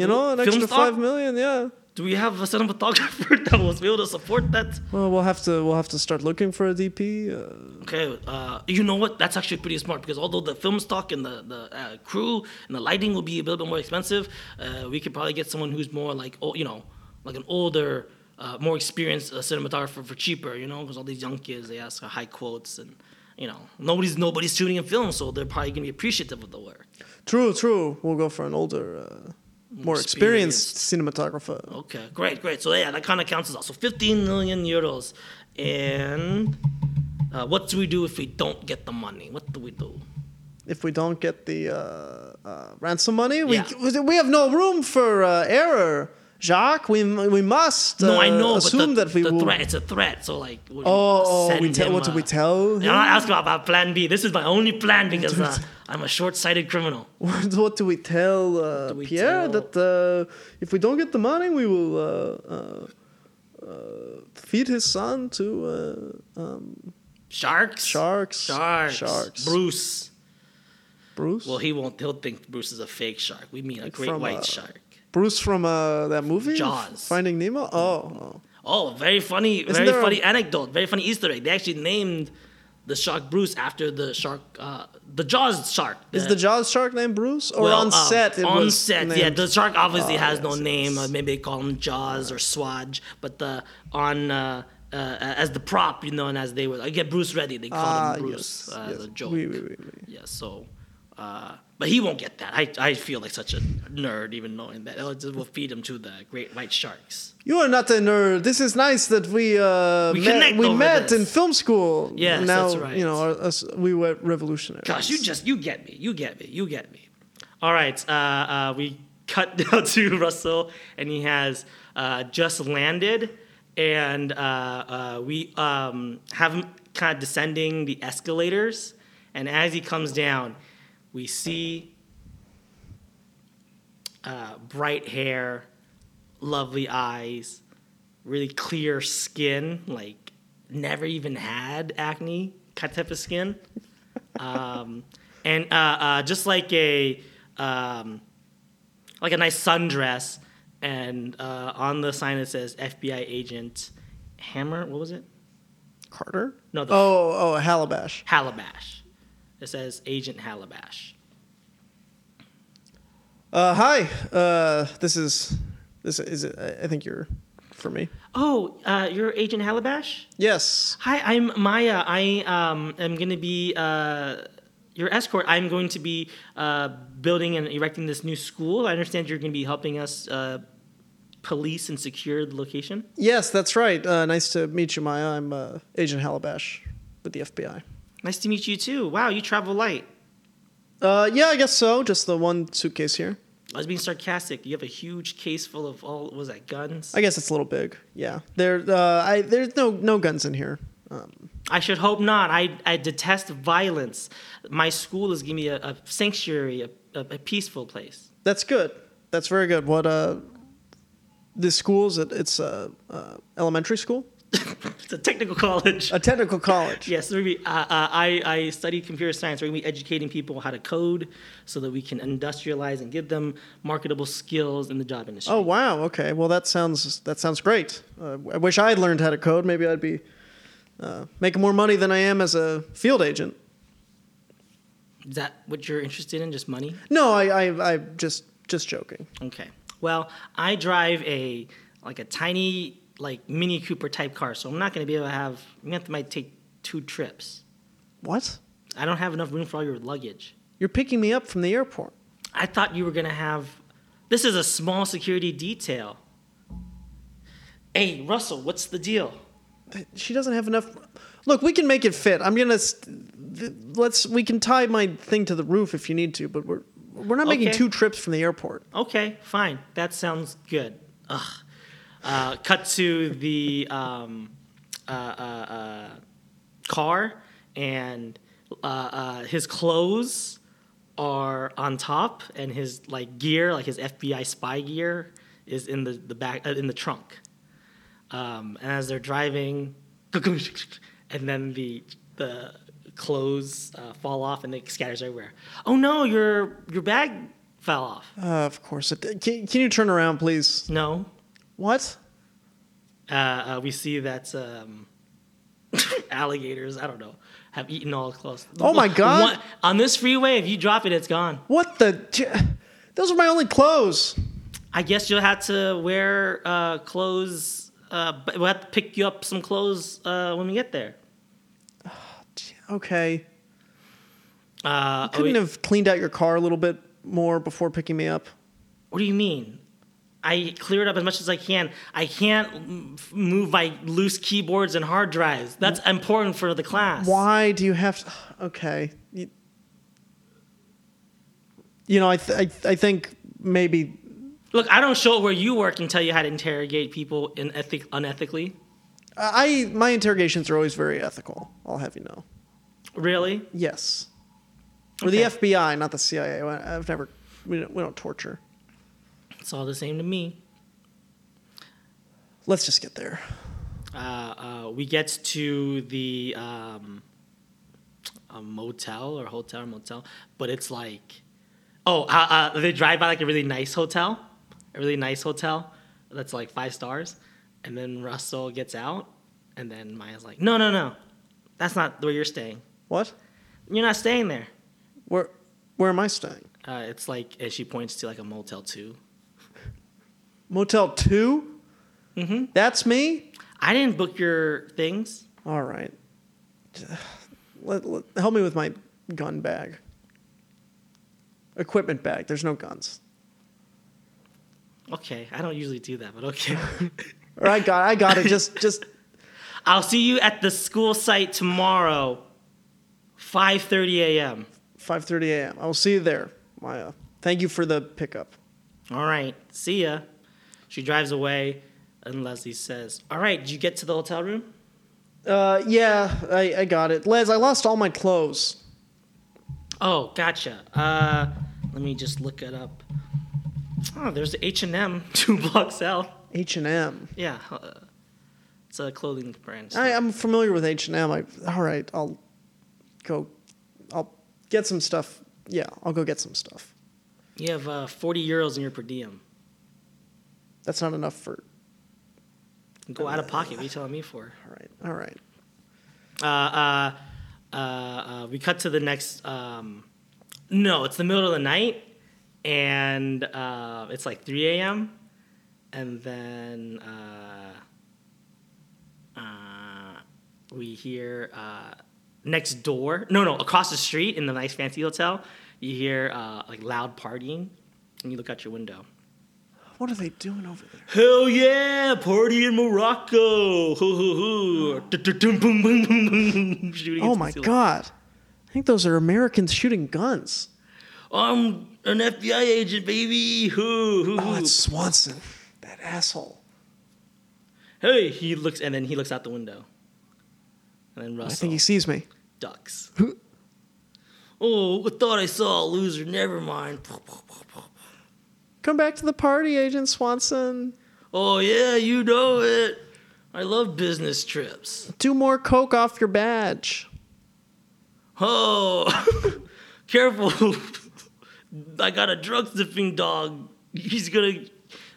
You know, an
Film
extra
stock?
5 million, yeah.
Do we have a cinematographer that will be able to support that?
Well, we'll have to we'll have to start looking for a DP. Uh,
Okay, uh, you know what? That's actually pretty smart because although the film stock and the, the uh, crew and the lighting will be a little bit more expensive, uh, we could probably get someone who's more like, oh, you know, like an older, uh, more experienced uh, cinematographer for cheaper, you know, because all these young kids, they ask for high quotes and, you know, nobody's nobody's shooting a film, so they're probably going to be appreciative of the work.
true, true. We'll go for an older, uh, more experienced, cinematographer.
Okay, great, great. So, yeah, that kind of counts as also 15 million euros. And uh, what do we do if we don't get the money? What do we do?
If we don't get the uh, uh, ransom money, we
Yeah.
we have no room for uh, error, Jacques. We we must.
No, I
uh,
know,
Assume
but the,
that we
the
will.
threat, it's a threat. So like, would you
Oh, oh
send
we tell.
him uh,
What do
a-
we tell?
I'm
Him?
not asking about, about Plan B. This is my only plan because uh, I'm a short-sighted criminal.
What, what do we tell uh,
we
Pierre
tell-
that uh, if we don't get the money, we will uh, uh, uh, feed his son to uh,
Sharks.
sharks?
Sharks.
Sharks.
Bruce.
Bruce.
Well, he won't. He'll think Bruce is a fake shark. We mean a great
From,
white
uh,
shark.
Bruce from uh, that movie,
Jaws.
Finding Nemo. Oh, oh.
Oh, very funny. Very
there a-
funny anecdote. Very funny Easter egg. They actually named the shark Bruce after the shark, uh, the Jaws shark.
is the Jaws shark named Bruce? Or
Uh, Well,
on
um,
set? It
on
was
set, yeah.
named-
The shark obviously
Oh,
has no
yes,
name.
yes.
Uh, maybe they call him Jaws or Swaj. But the on uh, uh, as the prop, you know, and as they were, I get Bruce ready. They called
Ah,
him Bruce
yes,
uh, as
yes.
a joke.
Oui, oui, oui, oui.
Yeah. So, uh, but he won't get that. I I feel like such a nerd even knowing that. Oh, it will feed him to the great white sharks.
You are not a nerd. This is nice that we uh,
We
met,
connect
we
over
met
this.
in film school.
Yes,
now,
that's right.
You know, our, us, we were revolutionaries.
Gosh, you just you get me. You get me. You get me. All right. Uh, uh, we cut down to Russell, and he has uh, just landed, and uh, uh, we um, have him kind of descending the escalators, and as he comes down, we see uh, bright hair, lovely eyes, really clear skin, like never even had acne kind of type of skin. Um, and uh, uh, just like a um, like a nice sundress, and uh, on the sign it says FBI agent Hammer. What was it?
Carter?
No, the
Oh, oh, Halabash.
Halabash. It says Agent Halabash.
Uh, hi. Uh, this is this is I I think you're for me.
Oh, uh, you're Agent Halabash.
Yes.
Hi, I'm Maya. I um, am going to be uh, your escort. I'm going to be uh, building and erecting this new school. I understand you're going to be helping us uh, police and secure the location.
Yes, that's right. Uh, nice to meet you, Maya. I'm uh, Agent Halabash with the FBI.
Nice to meet you too. Wow, you travel light.
Uh, yeah, I guess so. Just the one suitcase here.
I was being sarcastic. You have a huge case full of all what was that guns?
I guess it's a little big. Yeah, there. Uh, I there's no no guns in here. Um,
I should hope not. I, I detest violence. My school is giving me a, a sanctuary, a, a, a peaceful place.
that's good. That's very good. What uh, this school's it, it's a uh, uh, elementary school,
It's a technical college.
a technical college.
Yes, we're gonna be, uh, uh, I, I study computer science. We're going to be educating people how to code so that we can industrialize and give them marketable skills in the job industry.
Oh wow. Okay. Well, that sounds that sounds great. Uh, I wish I had learned how to code. Maybe I'd be uh, making more money than I am as a field agent.
Is that what you're interested in? Just money?
No, I I, I just just joking.
Okay. Well, I drive a like a tiny like Mini Cooper type car, so I'm not going to be able to have. I'm going to might take two trips.
What?
I don't have enough room for all your luggage.
You're picking me up from the airport.
I thought you were going to have. This is a small security detail. Hey, Russell, what's the deal?
She doesn't have enough. Look, we can make it fit. I'm gonna st- th- let's. We can tie my thing to the roof if you need to, but we're we're not making
Okay.
two trips from the airport.
Okay, fine. That sounds good. Ugh. Uh, cut to the um, uh, uh, uh, car, and uh, uh, his clothes are on top, and his like gear, like his FBI spy gear, is in the the back uh, in the trunk. Um, and as they're driving, and then the the clothes uh, fall off and it scatters everywhere. Oh no, your your bag fell off.
Uh, of course. It, can, can you turn around, please?
No.
What?
Uh, uh, we see that um, alligators, I don't know, have eaten all close.
Oh my God.
One- on this freeway, if you drop it, it's gone.
What the? j- Those are my only clothes.
I guess you'll have to wear uh, clothes. Uh, but we'll have to pick you up some clothes uh, when we get there.
Okay.
Uh, oh,
Couldn't have cleaned out your car a little bit more before picking me up.
What do you mean? I clear it up as much as I can. I can't m- f- move my loose keyboards and hard drives. That's important for the class.
Why do you have to? Okay. You, you know, I, th- I, th- I think maybe.
Look, I don't show up where you work and tell you how to interrogate people in ethic- unethically.
I my interrogations are always very ethical. I'll have you know.
Really?
Yes. Or the FBI, not the CIA. I- I've never. We don't, we don't torture.
It's all the same to me.
Let's just get there.
Uh, uh, we get to the um, a motel or hotel or motel, but it's like, oh, uh, uh, they drive by like a really nice hotel, a really nice hotel that's like five stars, and then Russell gets out, and then Maya's like, no, no, no, that's not where you're staying.
What?
You're not staying there.
Where? Where am I staying?
Uh, it's like, and she points to like a motel too.
Motel 2 Mm-hmm. That's me.
I didn't book your things.
All right. Let, let- help me with my gun bag. Equipment bag. There's no guns.
Okay, I don't usually do that, but okay.
Or I got. I got it. Just. Just.
I'll see you at the school site tomorrow, 5:30 a.m.
5:30 a.m. I will see you there, Maya. Thank you for the pickup.
All right, see ya. She drives away, and Leslie says, "All right, did you get to the hotel room?
Uh, yeah, I, I got it. Les, I lost all my clothes.
Oh, gotcha. Uh, let me just look it up. Oh, there's the H and M two blocks out.
H and M.
Yeah, uh, it's a clothing brand. so-
I, I'm familiar with H and M. I all right. I'll go. I'll get some stuff. Yeah, I'll go get some stuff.
you have uh, 40 euros in your per diem.
That's not enough for.
Go out of pocket. What are you telling me for?
All right. All right.
uh, uh, uh, uh, we cut to the next. Um, no, it's the middle of the night, and uh, it's like 3 a.m. And then uh, uh, we hear uh, next door. No, no, across the street in the nice fancy hotel. You hear uh, like loud partying, and you look out your window.
What are they doing over there?
Hell yeah, party in Morocco! Hoo hoo hoo! Dun-dun-dun, boom, boom, boom, boom. Shooting
oh
into
my
the ceiling.
god! I think those are Americans shooting guns.
I'm an FBI agent, baby. Hoo, hoo,
Oh,
hoo.
that's Swanson. That asshole.
Hey, he looks, and then he looks out the window. And then
I
Russell
think he sees me.
ducks. oh, I thought I saw a loser. Never mind.
Come back to the party, Agent Swanson.
Oh, yeah, you know it. I love business trips.
Do more coke off your badge.
Oh, careful. I got a drug sniffing dog. He's going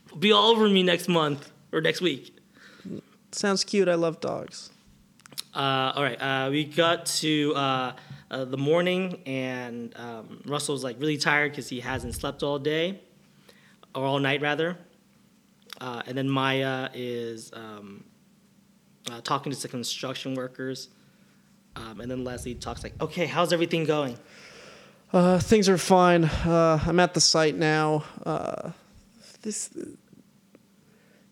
to be all over me next month or next week.
Sounds cute. I love dogs.
Uh, all right, uh, we got to uh, uh, the morning, and um, Russell's like really tired because he hasn't slept all day, or all night rather. Uh, and then Maya is um, uh, talking to some construction workers. Um, and then Leslie talks like, okay, how's everything going?
Uh, things are fine. Uh, I'm at the site now. Uh, this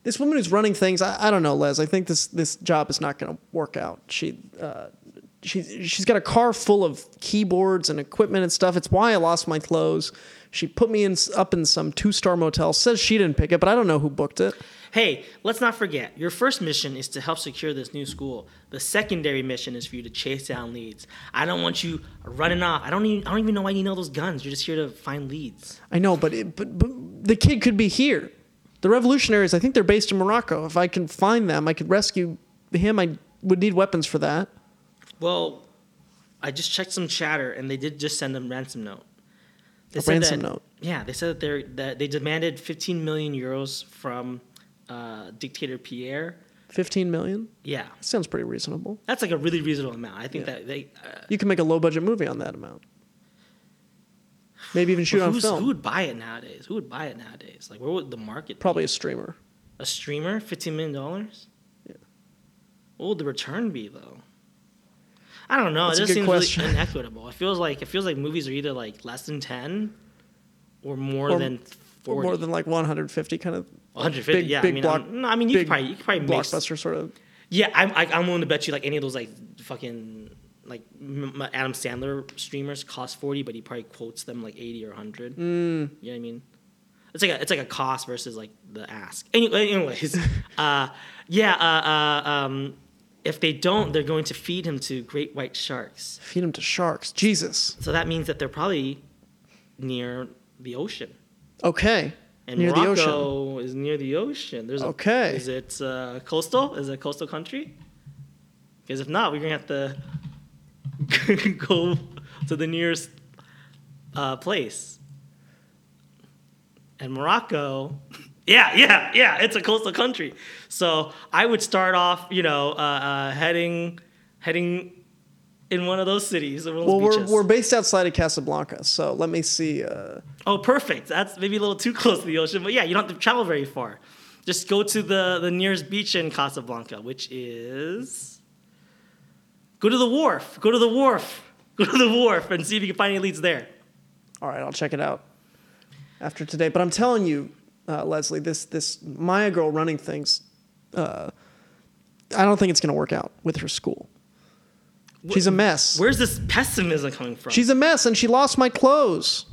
this woman who's running things, I, I don't know, Les. I think this this job is not going to work out. She uh, she she's got a car full of keyboards and equipment and stuff. It's why I lost my clothes. She put me in s- up in some two star motel. Says she didn't pick it, but I don't know who booked it.
Hey, let's not forget, your first mission is to help secure this new school. The secondary mission is for you to chase down leads. I don't want you running off. I don't even, I don't even know why you need all those guns. You're just here to find leads.
I know, but, it, but but the kid could be here. The revolutionaries, I think they're based in Morocco. If I can find them, I could rescue him. I would need weapons for that.
Well, I just checked some chatter and they did just send a ransom note. They
A
said
ransom
that-
note.
Yeah, they said that, they're, that they demanded 15 million euros from uh, dictator Pierre.
15 million?
Yeah,
That sounds pretty reasonable.
that's like a really reasonable amount. I think
Yeah.
that they uh,
You can make a low budget movie on that amount. Maybe even shoot
But
on
who's-
film.
Who would buy it nowadays? Who would buy it nowadays? Like, where would the market? be?
Probably a streamer.
a streamer, fifteen million dollars.
Yeah.
What would the return be though? I don't know.
That's
it
a
just
good
seems
question.
really inequitable. It feels like it feels like movies are either like less than ten, or more
Or-
than
Or
forty.
more than like 150 kind of
150.
big-
yeah,
big
I mean,
block-
I'm, no, I mean you
big
could probably you could probably make s-
blockbuster sort of.
yeah, I'm I, I'm willing to bet you like any of those like fucking like m- m- Adam Sandler streamers cost forty, but he probably quotes them like eighty or hundred.
Mm,
You know what I mean? It's like a it's like a cost versus like the ask. Any, anyways, uh, yeah. Uh, uh, um, if they don't, they're going to feed him to great white sharks.
feed him to sharks. Jesus.
So that means that they're probably near the ocean.
Okay.
And
Near the ocean.
Morocco is near the ocean. There's a,
Okay.
Is it uh, coastal? Is it a coastal country? Because if not, we're gonna have to go to the nearest uh, place. And Morocco, yeah, yeah, yeah, it's a coastal country. So I would start off, you know, uh, uh, heading, heading in one of those cities. one of those
Well, we're,
beaches.
we're based outside of Casablanca, so let me see. Uh,
Oh, perfect. That's maybe a little too close to the ocean, but yeah, you don't have to travel very far. Just go to the, the nearest beach in Casablanca, which is. Go to the wharf. Go to the wharf. Go to the wharf and see if you can find any leads there.
all right, I'll check it out after today. But I'm telling you, uh, Leslie, this this Maya girl running things, uh, I don't think it's going to work out with her school. She's a mess.
Where's this pessimism coming from?
She's a mess, and she lost my clothes.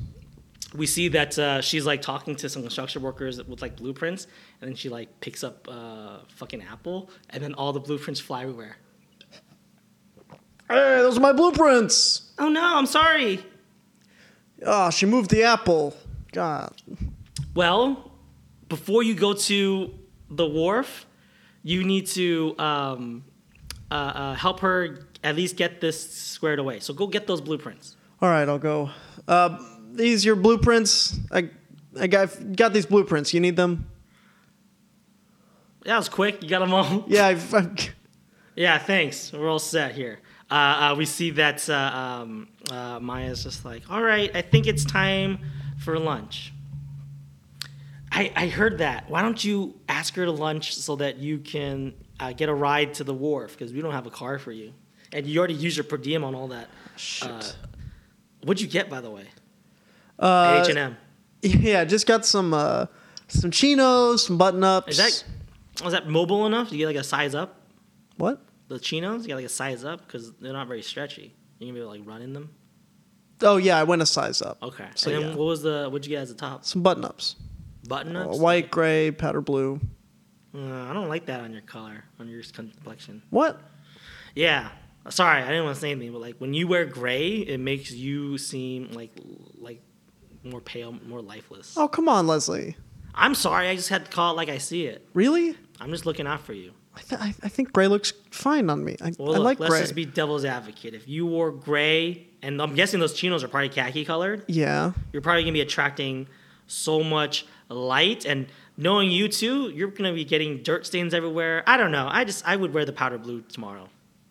we see that uh, she's like talking to some construction workers with like blueprints, and then she like picks up uh, fucking apple, and then all the blueprints fly everywhere.
Hey, those are my blueprints.
Oh no, I'm sorry.
Ah, she moved the apple. God,
Well, before you go to the wharf, you need to um, uh, uh, help her at least get this squared away. So go get those blueprints.
All right, I'll go. Uh, these your blueprints. I I got got these blueprints. You need them?
That was quick. You got them all.
Yeah, I've, I've
Yeah, thanks. We're all set here. Uh, uh, we see that uh, um, uh, Maya's just like, all right, I think it's time for lunch. I, I heard that. Why don't you ask her to lunch so that you can uh, get a ride to the wharf? Because we don't have a car for you. And you already used your per diem on all that. uh,
shit.
What'd you get, by the way?
Uh,
H&M.
yeah, just got some uh, some chinos, some button ups.
Is that, was that mobile enough? Do you get like a size up?
what?
The chinos, you got like a size up? Because they're not very stretchy. You can be able to, like running them.
Oh yeah, I went a size up.
Okay.
So,
and then
yeah.
what was the what'd you get as a top?
Some button ups.
Button ups?
Uh, White, gray, powder blue.
Uh, I don't like that on your color, on your complexion.
What?
Yeah. Uh, Sorry, I didn't want to say anything, but like when you wear gray, it makes you seem like like more pale, more lifeless.
Oh come on, Leslie.
I'm sorry, I just had to call it like I see it.
Really?
I'm just looking out for you.
I, th- I, I think gray looks fine on me. I,
Well,
I
look,
like
let's
gray.
just be devil's advocate. If you wore gray, and I'm guessing those chinos are probably khaki colored,
yeah.
you're probably gonna be attracting so much light and knowing you too you're gonna be getting dirt stains everywhere i don't know i just i would wear the powder blue tomorrow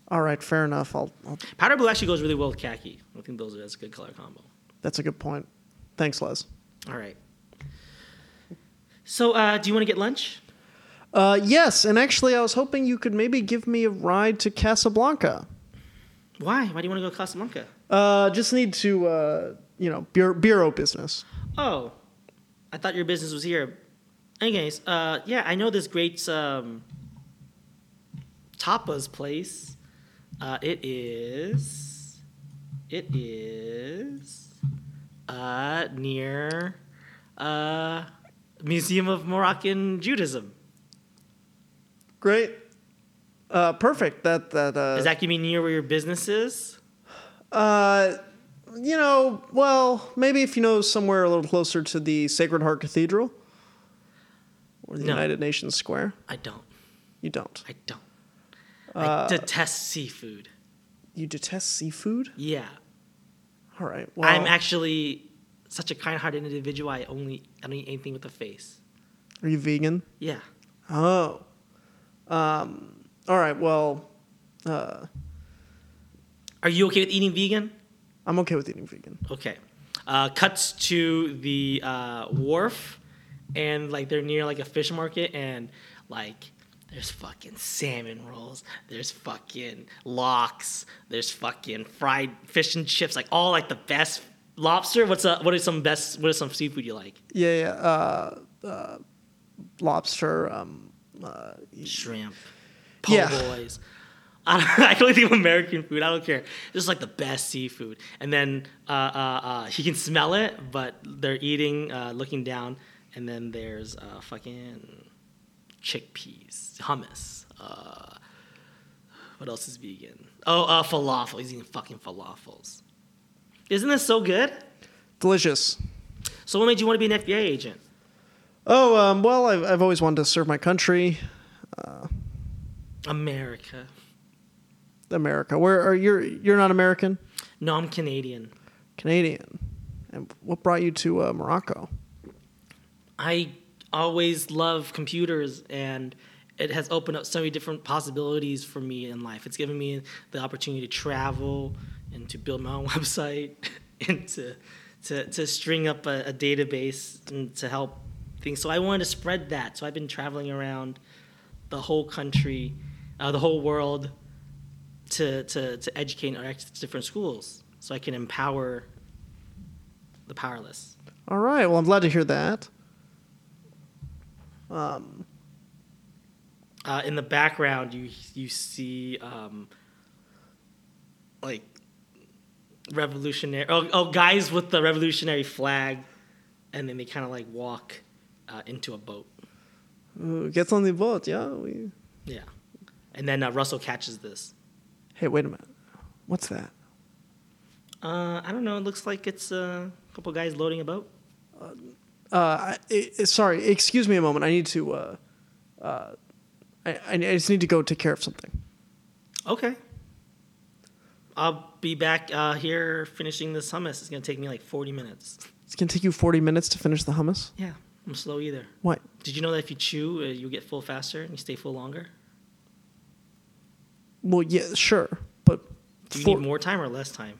All right, fair enough. I'll, I'll,
powder blue actually goes really well with khaki i think those are that's a good color combo
that's a good point. Thanks, Les.
all right so uh, do you want to get lunch
Uh, yes, and actually, I was hoping you could maybe give me a ride to Casablanca.
Why? Why do you want to go to Casablanca?
Uh, just need to, uh, you know, bureau, bureau business.
Oh, I thought your business was here. Anyways, uh, yeah, I know this great um, tapas place. Uh, it is. It is. Uh, near. Uh, Museum of Moroccan Judaism.
Great. Uh, perfect. That that. Uh,
Is that gonna be near where your business is?
Uh, you know, well, maybe if you know somewhere a little closer to the Sacred Heart Cathedral or the
No.
United Nations Square,
I don't.
you don't.
I don't. I detest seafood.
You detest seafood?
Yeah.
All right. Well,
I'm actually such a kind-hearted individual. I only I don't eat anything with a face.
are you vegan?
Yeah.
Oh. Um, all right. Well,
Are you okay with eating vegan?
I'm okay with eating vegan.
Okay. Uh, cuts to the uh, wharf, and like they're near like a fish market, and like there's fucking salmon rolls, there's fucking lox, there's fucking fried fish and chips, like all like the best lobster. What's up? What are some best? What are some seafood you like?
Yeah. yeah uh, uh, lobster. Um,
Shrimp, po'
Yeah.
boys. I, don't, I can only think of American food. I don't care. This is like the best seafood. And then uh, uh, uh, he can smell it, but they're eating, uh, looking down, and then there's uh, fucking chickpeas, hummus. Uh, what else is vegan? Oh, uh, falafel. He's eating fucking falafels. Isn't this so good?
delicious.
So what made you want to be an FBI agent?
Oh, um, well, I've, I've always wanted to serve my country,
America.
America. Where are you? You're not American?
No, I'm Canadian.
Canadian. And what brought you to uh, Morocco?
I always love computers and it has opened up so many different possibilities for me in life. It's given me the opportunity to travel and to build my own website and to to, to string up a, a database and to help things. So I wanted to spread that. So I've been traveling around the whole country, uh, the whole world, to, to, to educate and interact with different schools so I can empower the powerless.
All right. Well, I'm glad to hear that.
uh, in the background you you see um, like revolutionary oh, oh guys with the revolutionary flag and then they kind of like walk uh, into a boat
Uh, Get on the boat, yeah. We...
yeah and then uh, russell catches this
Hey, wait a minute. What's that?
uh, i don't know it looks like it's uh, a couple guys loading a boat
Uh, I, I, I- sorry. Excuse me a moment. I need to. Uh, uh, I, I just need to go take care of something.
okay i'll be back uh, here finishing this hummus it's going to take me like 40 minutes
It's gonna take you 40 minutes to finish the hummus.
yeah i'm slow either
What?
did you know that if you chew uh, you get full faster and you stay full longer
Well, yeah, sure, but
Do you
for-
need more time or less time?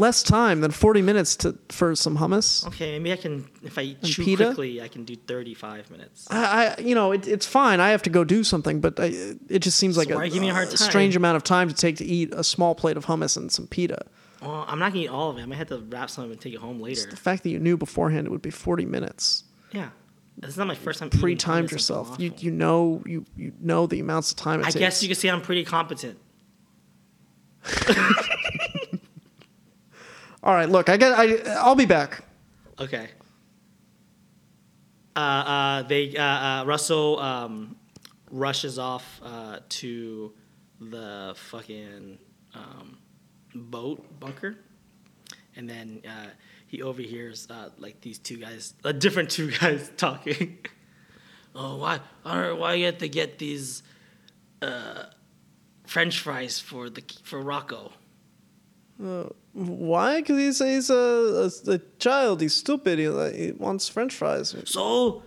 less time than 40 minutes to for some hummus.
Okay, maybe I can. If I chew
pita?
quickly, I can do thirty-five minutes.
I, I you know, it, it's fine. I have to go do something, but I, it just seems
So
like a,
why give me a hard
a strange
time?
amount of time to take to eat a small plate of hummus and some pita.
Well, I'm not gonna eat all of it. I might have to wrap some and take it home later.
The fact that you knew beforehand it would be 40 minutes,
Yeah, this is not my first time. eating
pre-timed
hummus and
yourself. You
falafel.
you know you you know the amounts of time it
I
takes.
guess you can say I'm pretty competent.
All right, look, I got I I'll be back.
Okay. Uh, uh, they uh, uh, Russell um, rushes off uh, to the fucking um, boat bunker, and then uh, he overhears uh, like these two guys, uh, different two guys talking. oh, why? I don't know why you have to get these uh, French fries for the for Rocco?
Uh, Why? Because he's he's a, a, a child. He's stupid. He, like, he wants French fries.
So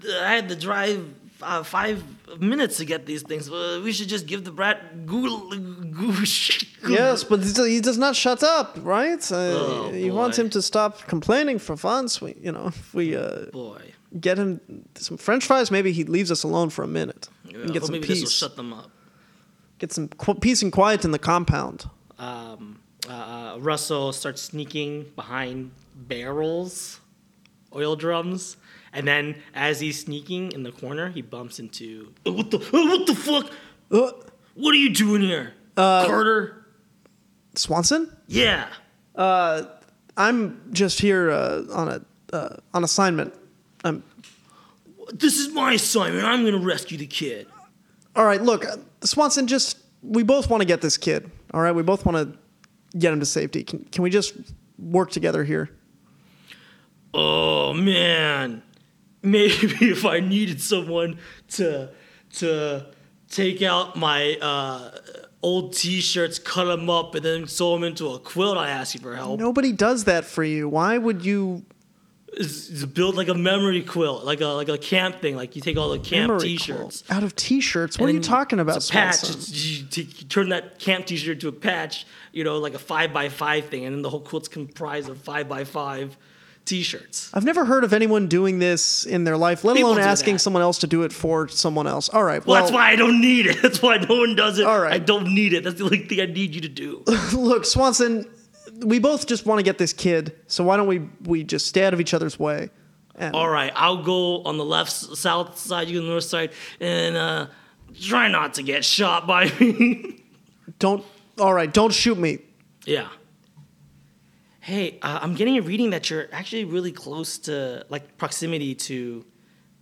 th- I had to drive uh, five minutes to get these things. Uh, we should just give the brat goo goosh.
Yes, but he do- he does not shut up, right? Uh,
Oh,
you want
boy.
him to stop complaining for once. We, you know, if we uh,
Boy,
Get him some French fries. Maybe he leaves us alone for a minute.
Yeah,
and
hope
get some
maybe this will
peace.
shut them up.
Get some qu- peace and quiet in the compound.
Um, uh, uh, Russell starts sneaking behind barrels, oil drums, and then as he's sneaking in the corner, he bumps into "Uh, what the uh, what the fuck?
Uh,
What are you doing here, Carter?
Swanson, Uh,
Yeah,
I'm just here uh, on a uh, on assignment. Um, I'm
this is my assignment. I'm gonna rescue the kid.
all right. Look, uh, Swanson, just we both want to get this kid. All right, we both want to get him to safety. Can, can we just work together here?
Oh man, maybe if I needed someone to to take out my uh, old T-shirts, cut them up, and then sew them into a quilt, I ask you for help.
Nobody does that for you. Why would you?
is, is build like a memory quilt, like a like a camp thing. Like you take all the camp
memory
T-shirts.
quilt out of T-shirts. What
and
are you
then
talking about,
It's a patch.
Swanson?
It's, you, t- you turn that camp T-shirt to a patch. You know, like a five by five thing, and then the whole quilt's comprised of five by five T-shirts.
I've never heard of anyone doing this in their life, let
People
alone
do
asking
that.
someone else to do it for someone else. All right.
Well,
Well,
that's why I don't need it. That's why no one does it.
All right.
I don't need it. That's the only thing I need you to do.
look, Swanson, we both just want to get this kid, so why don't we we just stay out of each other's way? And
all right, I'll go on the left s- south side, you go on the north side, and uh, try not to get shot by me.
don't. All right, don't shoot me.
Yeah. Hey, uh, I'm getting a reading that you're actually really close to, like, proximity to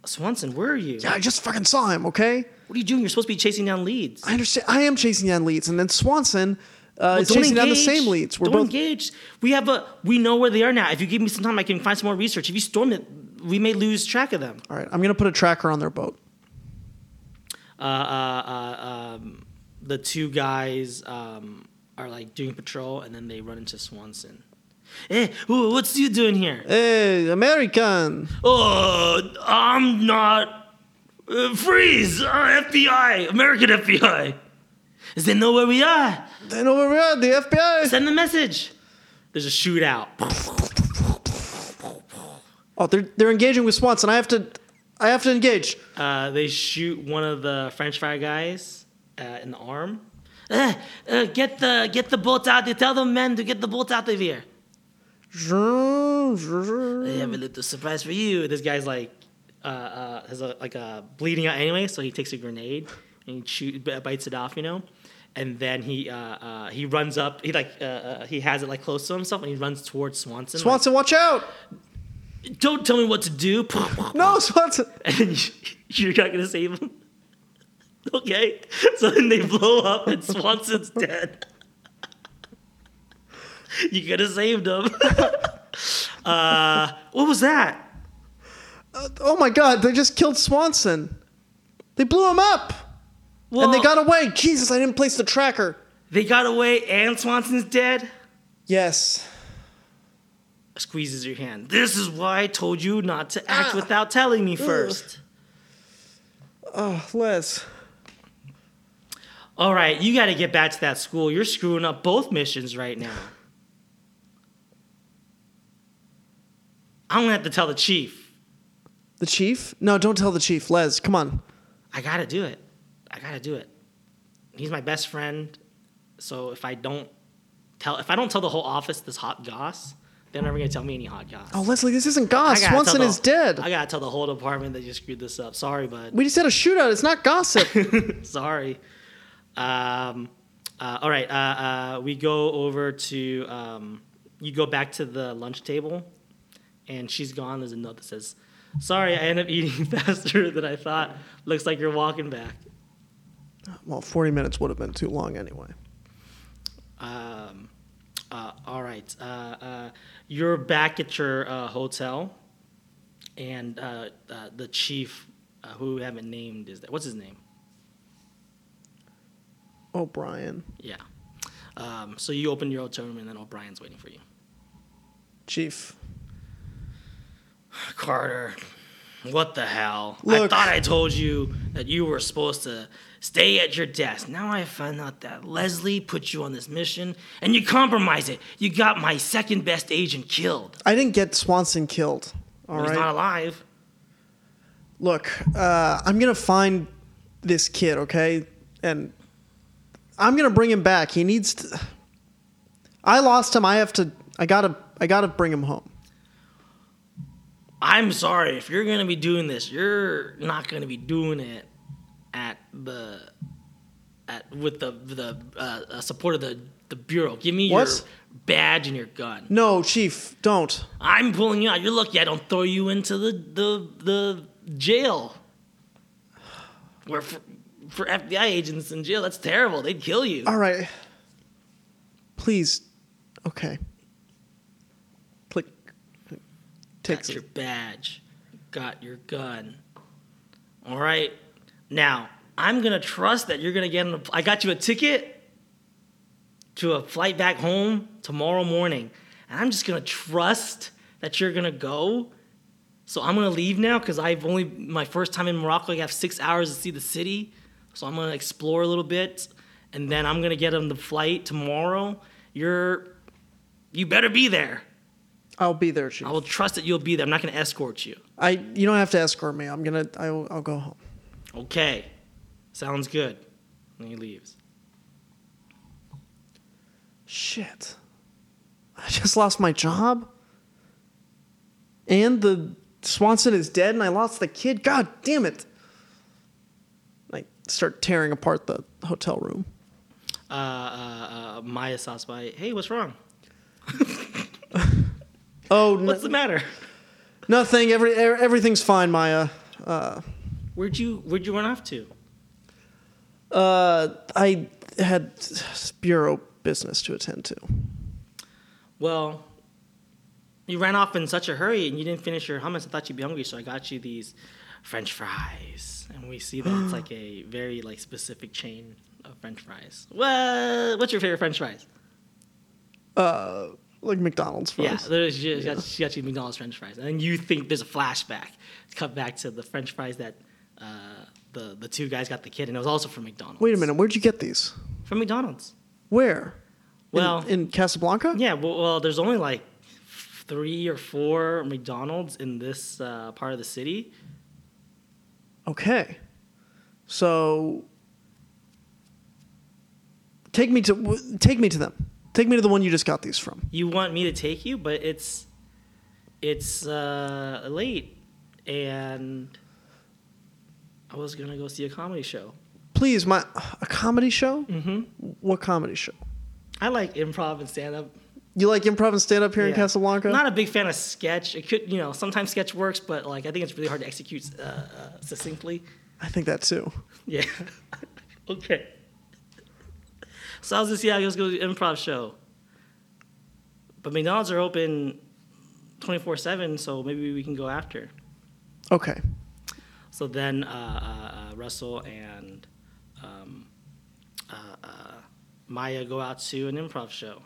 Swanson. Where are you?
Yeah, I just fucking saw him. Okay,
What are you doing? You're supposed to be chasing down leads.
I understand. I am chasing down leads, and then Swanson uh,
Well,
is
don't
chasing down the
engage.
same leads. We're
don't
both.
engage. We have a. We know where they are now. If you give me some time, I can find some more research. If you storm it, we may lose track of them.
All right, I'm gonna put a tracker on their boat.
uh, uh, uh, um, the two guys um, are like doing patrol, and then they run into Swanson. Hey, wh- what's you doing here?
Hey, American!
Oh, I'm not. Uh, freeze! Uh, FBI! American FBI! Does they know where we are?
They know where we are. The FBI.
Send a message! There's a shootout.
Oh, they're they're engaging with Swanson. I have to, I have to engage.
Uh, they shoot one of the French fry guys uh, in the arm. Uh, uh, get the get the boat out! They tell the men to get the boat out of here. I have a little surprise for you. This guy's like, uh, uh, has a, like a bleeding out anyway, so he takes a grenade and he shoot, b- bites it off, you know. And then he uh, uh, he runs up. He like uh, uh, he has it like close to himself, and he runs towards Swanson. like,
Swanson, watch out!
don't tell me what to do. Oh.
No, Swanson.
and you- you're not gonna save him. Okay, so then they blow up, and Swanson's dead. you could have saved him. uh, what was that?
Oh my God! They just killed Swanson. They blew him up,
Well,
and they got away. Jesus, I didn't place the tracker.
They got away, and Swanson's dead.
Yes.
Squeezes your hand. This is why I told you not to act
Ah.
without telling me first.
Oh, Les.
All right, you got to get back to that school. You're screwing up both missions right now. I'm gonna have to tell the chief.
The chief? No, don't tell the chief. Les, come on.
I gotta do it. I gotta do it. He's my best friend. So if I don't tell, if I don't tell the whole office this hot goss, they're never gonna tell me any hot goss.
Oh, Leslie, this
I
isn't
gotta
goss.
tell
Swanson
the-
is dead.
I gotta tell the whole department that you screwed this up. Sorry, bud.
we just had a shootout. It's not gossip.
Sorry. Um, uh, all right. Uh, uh, we go over to um, you go back to the lunch table, and she's gone. There's a note that says, "Sorry, I end up eating faster than I thought. Looks like you're walking back."
well, 40 minutes would have been too long anyway.
Um, uh, all right. Uh, uh, you're back at your uh, hotel, and uh, uh, the chief, uh, who we haven't named, is there. What's his name?
Oh, Brian.
Yeah. Um, so you open your hotel room, and then O'Brien's waiting for you.
Chief.
Carter, what the hell? I
Look.
thought I told you that you were supposed to stay at your desk. Now I find out that Leslie put you on this mission and you compromise it. You got my second best agent killed.
I didn't get Swanson killed. All
He's
right.
not alive.
look, uh, I'm gonna find this kid, okay, and I'm gonna bring him back. He needs. To, I lost him. I have to. I gotta. I gotta bring him home.
I'm sorry if you're gonna be doing this, you're not gonna be doing it at the at with the the uh, uh, support of the the bureau. Give me
What?
your badge and your gun.
No, chief, don't.
I'm pulling you out. You're lucky I don't throw you into the the the jail. Where for, for FBI agents in jail, that's terrible. They'd kill you.
All right. Please. Okay. Click.
Got
Takes.
your badge. Got your gun. All right. Now, I'm going to trust that you're going to get an. I got you a ticket to a flight back home tomorrow morning. And I'm just going to trust that you're going to go. So I'm going to leave now because I've only. My first time in Morocco, I have six hours to see the city. So I'm going to explore a little bit. And then I'm going to get on the flight tomorrow. You're. You better be there.
I'll be there, chief.
I will trust that you'll be there. I'm not going to escort you.
I. You don't have to escort me. I'm gonna. I will, I'll go home.
Okay. Sounds good. And he leaves.
Shit. I just lost my job. And the Swanson is dead and I lost the kid. God damn it. I start tearing apart the hotel room.
Uh, uh, uh, Maya stops by. Hey, what's wrong?
Oh, no,
What's the matter?
nothing. Every, er, everything's fine, Maya.
Where'd you Where'd you run off to?
Uh, I had bureau business to attend to.
Well, you ran off in such a hurry and you didn't finish your hummus. I thought you'd be hungry, so I got you these French fries. And we see that it's like a very like specific chain of French fries. What What's your favorite French fries?
Uh, Like McDonald's for
Yeah,
us.
there's she, Got, she got you McDonald's French fries, and then you think there's a flashback. It's cut back to the French fries that uh, the the two guys got the kid, and it was also from McDonald's.
Wait a minute. Where'd you get these?
From McDonald's.
Where? In-
Well,
in, Casablanca?
yeah. Well, well, there's only like three or four McDonald's in this uh, part of the city.
Okay. So take me to w- take me to them. Take me to the one you just got these from.
You want me to take you, but it's it's uh, late, and I was gonna go see a comedy show.
Please, my a comedy show?
Mm-hmm.
What comedy show?
I like improv and stand up.
You like improv and stand up here in
Yeah.
Casablanca?
Not a big fan of sketch. It could, you know, sometimes sketch works, but like I think it's really hard to execute uh, uh, succinctly.
I think that too.
Yeah. okay. So I was just yeah, let's go to the improv show. But McDonald's are open twenty four seven, so maybe we can go after.
Okay.
So then uh, uh, uh, Russell and um, uh, uh, Maya go out to an improv show.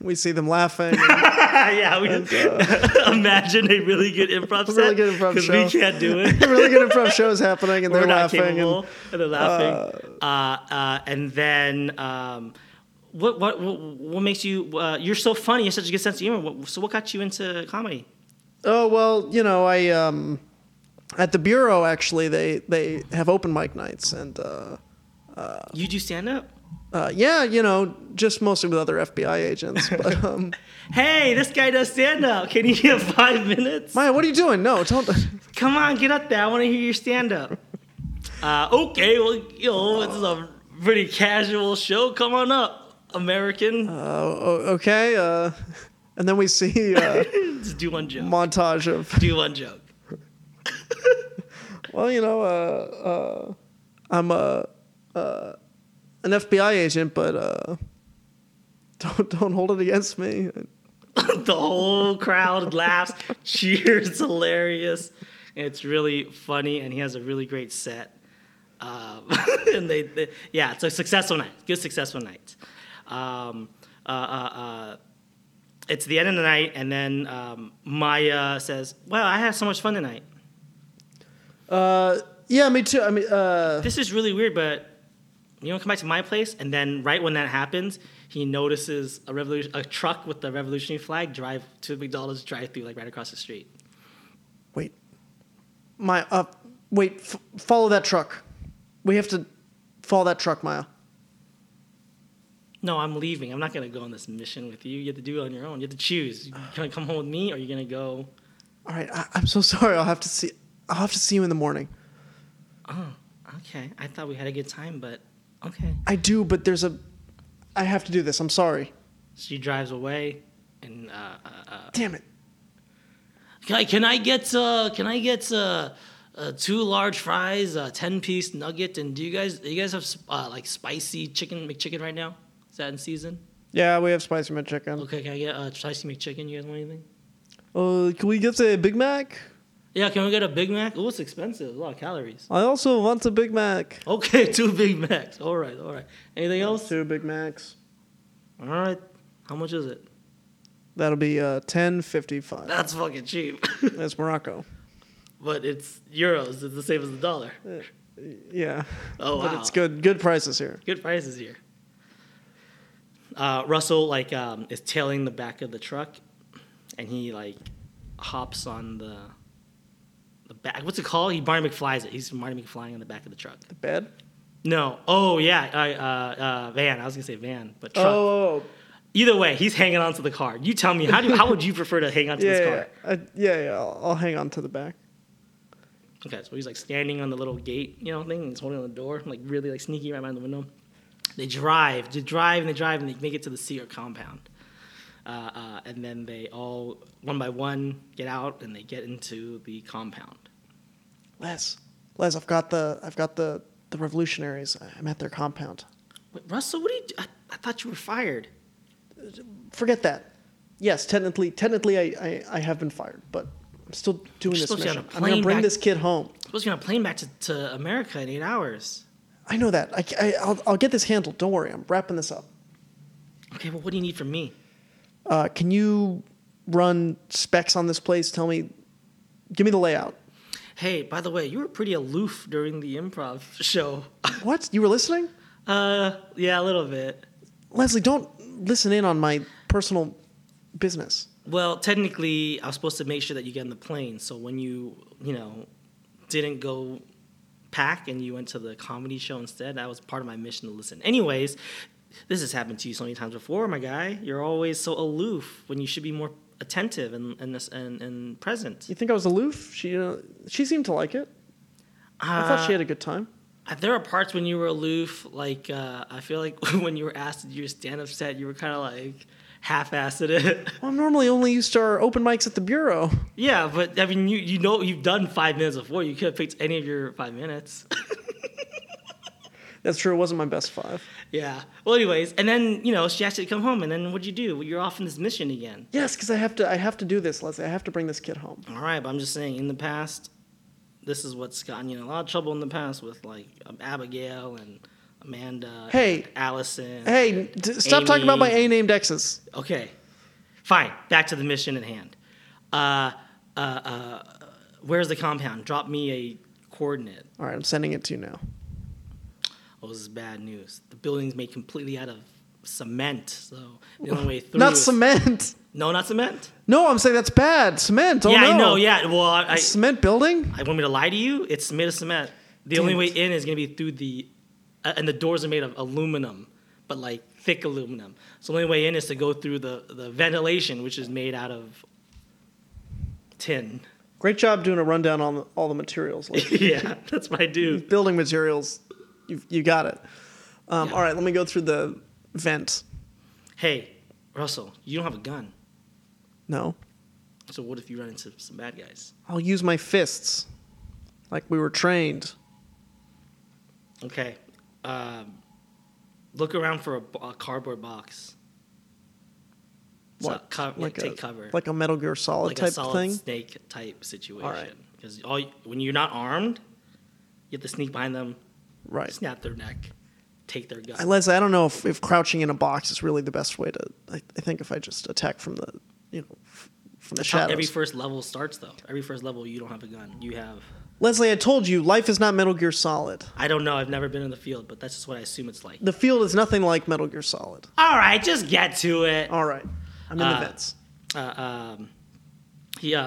We see them laughing.
yeah, we imagine a really good improv
A
set.
uh, really good improv
'cause
show.
We can't do it.
really good improv shows happening and
We're
they're
not
laughing
capable,
and
and, they're laughing. Uh, uh, and then, um, what, what what what makes you? Uh, you're so funny. You have such a good sense of humor. What, so what got you into comedy?
Oh well, you know, I um, at the bureau actually they they have open mic nights and uh,
You do stand up.
uh, yeah, you know, just mostly with other FBI agents. But um,
Hey, this guy does stand up. Can you give five minutes?
Maya, what are you doing? No, don't. uh,
Come on, get up there. I want to hear your stand up. uh, okay, well, you know, this is a pretty casual show. Come on up, American.
Uh, o- okay, uh, and then we see uh,
Just do one joke.
montage of
do one joke.
well, you know, uh, uh, I'm a uh, an FBI agent, but uh, don't don't hold it against me.
the whole crowd laughs, cheers, it's hilarious. And it's really funny, and he has a really great set. Um, and they, they, yeah, it's a successful night. Good successful night. Um, uh, uh, uh, it's the end of the night, and then um, Maya says, "Wow, I had so much fun tonight.
Uh, yeah, me too. I mean, uh,
This is really weird, but you want to come back to my place?" And then, right when that happens, he notices a revolution, a truck with the revolutionary flag drive to McDonald's drive-through, like right across the street.
wait, my uh, Wait, f- follow that truck. We have to follow that truck, Maya.
No, I'm leaving. I'm not gonna go on this mission with you. You have to do it on your own. You have to choose. You're gonna come home with me, or you're gonna go.
All right, I- I'm so sorry. I'll have to see. I'll have to see you in the morning.
Oh, okay. I thought we had a good time, but okay.
I do, but there's a. I have to do this. I'm sorry.
She drives away, and uh, uh, uh,
Damn it.
can, I, can I get uh, can I get uh, uh, two large fries, a ten piece nugget, and do you guys do you guys have sp- uh, like spicy chicken McChicken right now? Is that in season?
Yeah, we have spicy McChicken.
Okay, can I get uh, spicy McChicken? You guys want anything?
Uh, can we get a Big Mac?
Yeah, can we get a Big Mac? Oh, it's expensive. A lot of calories.
I also want a Big Mac.
Okay, two Big Macs. All right, all right. Anything else?
Two Big Macs.
All right. How much is it?
That'll be uh, ten fifty five.
That's fucking cheap.
That's Morocco.
but it's euros. It's the same as the dollar.
Yeah.
Oh wow.
But it's good. Good prices here.
Good prices here. Uh, Russell like um, is tailing the back of the truck, and he like hops on the the back. What's it called? He Marty McFlies it. He's Marty McFlying on the back of the truck.
The bed.
No. Oh yeah. I, uh, uh, van. I was gonna say van, but truck.
Oh.
Either way, he's hanging onto the car. You tell me. How do? how would you prefer to hang onto
Yeah.
this
Yeah.
car?
Yeah. I, yeah, yeah. I'll, I'll hang on to the back.
Okay, so he's like standing on the little gate, you know, thing. And he's holding on the door, like really like sneaky right behind the window. They drive, they drive, and they drive, and they make it to the Sear compound. Uh, uh, and then they all, one by one, get out and they get into the compound.
Les. Les, I've got the. I've got the. The revolutionaries. I'm at their compound.
Wait, Russell, what do you do? I, I thought you were fired.
Forget that. Yes, technically, technically, I, I, I have been fired, but I'm still
You're
doing this
supposed to be on
mission.
a
I'm gonna
plane
bring
back-
this kid home.
Supposed to be on a plane back to, to America in eight hours.
I know that. I, I, I'll, I'll get this handled. Don't worry. I'm wrapping this up.
Okay, well, what do you need from me?
Uh, can you run specs on this place? Tell me, give me the layout.
Hey, by the way, you were pretty aloof during the improv show.
What? You were listening?
Uh, yeah, a little bit.
Leslie, don't listen in on my personal business.
Well, technically, I was supposed to make sure that you get on the plane. So when you, you know, didn't go pack and you went to the comedy show instead, that was part of my mission to listen. Anyways, this has happened to you so many times before, my guy. You're always so aloof when you should be more attentive and and and, and present.
You think I was aloof? She, uh, she seemed to like it. I thought she had a good time.
Uh, there are parts when you were aloof. Like uh, I feel like when you were asked to do your stand-up set, you were kind of like half-assed at it.
Well, I'm normally only used to our open mics at the bureau.
Yeah, but I mean, you you know you've done five minutes before. You could have picked any of your five minutes.
That's true. It wasn't my best five.
yeah. Well, anyways, and then you know she asked you to come home, and then what'd you do? Well, you're off on this mission again.
Yes, because I have to. I have to do this, Leslie. I have to bring this kid home.
All right, but I'm just saying, in the past, this is what's gotten you in a lot of trouble in the past with like um, Abigail and Amanda.
Hey.
and Allison.
Hey, d- stop talking about my
Amy.
A-named exes.
Okay. Fine. Back to the mission at hand. Uh, uh, uh, where's the compound? Drop me a coordinate.
All right, I'm sending it to you now.
Oh, this is bad news. The building's made completely out of cement, so the only way through.
Not
is-
cement.
No, not cement.
No, I'm saying that's bad. Cement. Oh
yeah,
no.
I know. Yeah, well, I, I,
Cement building.
I want me to lie to you. It's made of cement. The only way in is gonna be through the, uh, and the doors are made of aluminum, but like thick aluminum. So the only way in is to go through the the ventilation, which is made out of tin.
Great job doing a rundown on the, all the materials. Like
yeah, that's what I do.
building materials. You you got it. Um,
Yeah.
All right, let me go through the vent.
Hey, Russell, you don't have a gun.
No,
So what if you run into some bad guys?
I'll use my fists, like we were trained.
Okay. Um, look around for a, bo- a cardboard box. So
What?
co- like,
a,
take cover.
Like a Metal Gear Solid
Like
type
a solid
thing.
snake type situation.
Alright.
Because all you, when you're not armed, you have to sneak behind them,
Right.
snap their neck, take their gun.
I- Leslie, I don't know if, if crouching in a box is really the best way to. I, I think if I just attack from the, you know, f- from the
That's how
shadows.
every first level starts though. Every first level you don't have a gun. You have
Leslie, I told you, life is not Metal Gear Solid.
I don't know, I've never been in the field, but that's just what I assume it's like.
The field is nothing like Metal Gear Solid.
Alright, just get to it.
All right, I'm in
Uh,
the vents.
uh, um, he, uh,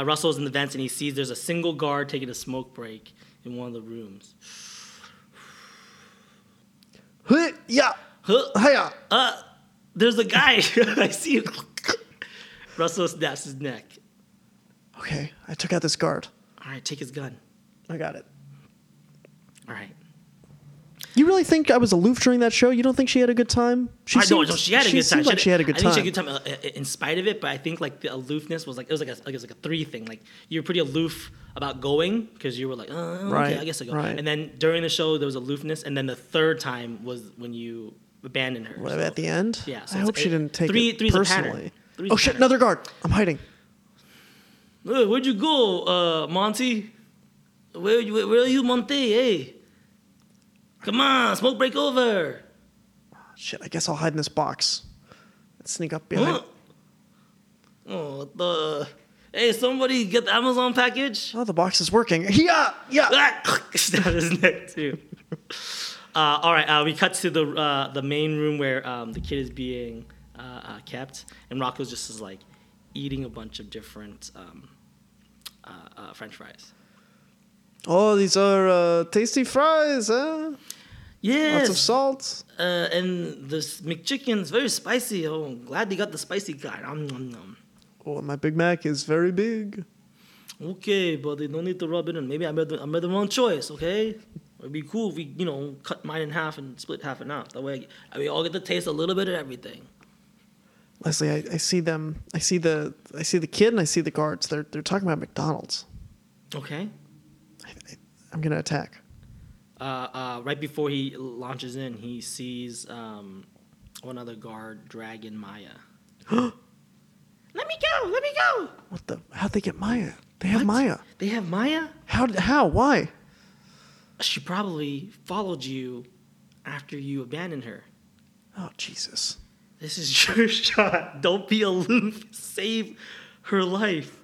uh, Russell's in the vents and he sees there's a single guard taking a smoke break. in one of the rooms.
Huh, yeah.
Huh,
Hiya.
uh, there's a guy. I see you. Russell snaps his neck.
Okay, I took out this guard.
All right, take his gun.
I got it.
All right.
You really think I was aloof during that show? You don't think she had a good time? She
I know,
seemed-
no, she had a
she
good time.
seemed like she had a good
I
time.
think she had a good time uh, uh, in spite of it, but I think like the aloofness was like it was like a, like it was like a three thing. Like you were pretty aloof about going because you were like, uh okay,
Right,
I guess I go.
right.
And then during the show there was aloofness, and then the third time was when you abandoned her.
What,
so-
at the end?
Yeah, so
I
it's
hope she
eight-
didn't take
three-
it
three's a pattern.
personally.
Three's
oh
a
shit!
pattern.
Another guard. I'm hiding.
Hey, where'd you go, uh, Monty? Where, you- where are you, Monty? Hey, come on, smoke break over.
Shit! I guess I'll hide in this box. Let's sneak up behind.
Huh? Oh, what the. Hey, somebody get the Amazon package.
Oh, the box is working. Yeah, yeah.
Ah, snap his neck too. Uh, all right, uh, we cut to the uh, the main room where um, the kid is being uh, uh, kept, and Rocco's just is like eating a bunch of different um, uh, uh, French fries.
Oh, these are uh, tasty fries. Huh? Lots
Yes,
of salt.
uh, and this McChicken's very spicy. Oh, I'm glad they got the spicy guy. Nom, nom, nom.
Oh, and my Big Mac is very big.
Okay, but they don't need to rub it in. Maybe I made the, I made the wrong choice. Okay, it'd be cool if we you know cut mine in half and split half and half. That way, I, we all get to taste a little bit of everything.
Leslie, I, I see them. I see the. I see the kid and I see the guards. They're they're talking about McDonald's.
Okay.
I, I, I'm gonna attack.
uh, uh, right before he launches in, he sees um, one other guard dragging Maya. let me go! Let me go!
What the? How'd they get Maya? They have
What?
Maya.
They have Maya.
How? d- How? Why?
She probably followed you after you abandoned her.
Oh Jesus.
This is your shot. Don't be aloof. Save her life.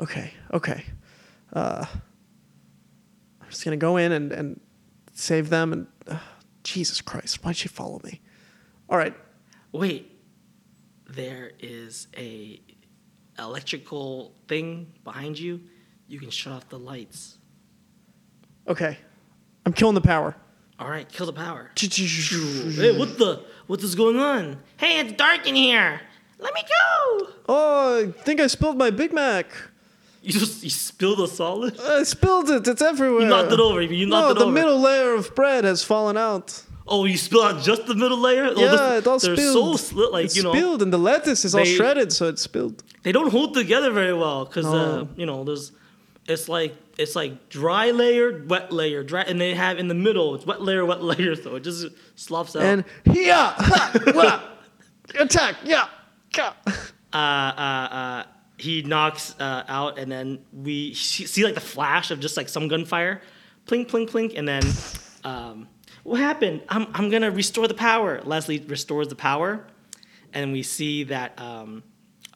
Okay, okay. Uh, I'm just gonna go in and, and save them. And uh, Jesus Christ, why'd she follow me? All right,
Wait. There is a electrical thing behind you. You can shut off the lights.
okay. I'm killing the power.
All right, kill the power. Hey, what the? What is going on? Hey, it's dark in here. Let me go.
Oh, I think I spilled my Big Mac.
You just you spilled a solid.
I spilled it. It's everywhere.
knocked it over, you knocked
no,
it
the
over.
middle layer of bread has fallen out.
Oh, you spilled out just the middle layer. Oh,
yeah,
this-
it all
they're
spilled.
so sli- like
It
you know
spilled, and the lettuce is all
they-
shredded, so it spilled.
they don't hold together very well because uh,
No.
you know there's it's like it's like dry layer, wet layer, dry, and they have in the middle it's wet layer, wet layer, so it just slops out.
And yeah, ha, wah, attack, yeah, yeah.
he knocks uh, out, and then we see, see like the flash of just like some gunfire, plink, plink, plink, and then um, what happened? I'm I'm gonna restore the power. Leslie restores the power, and we see that um,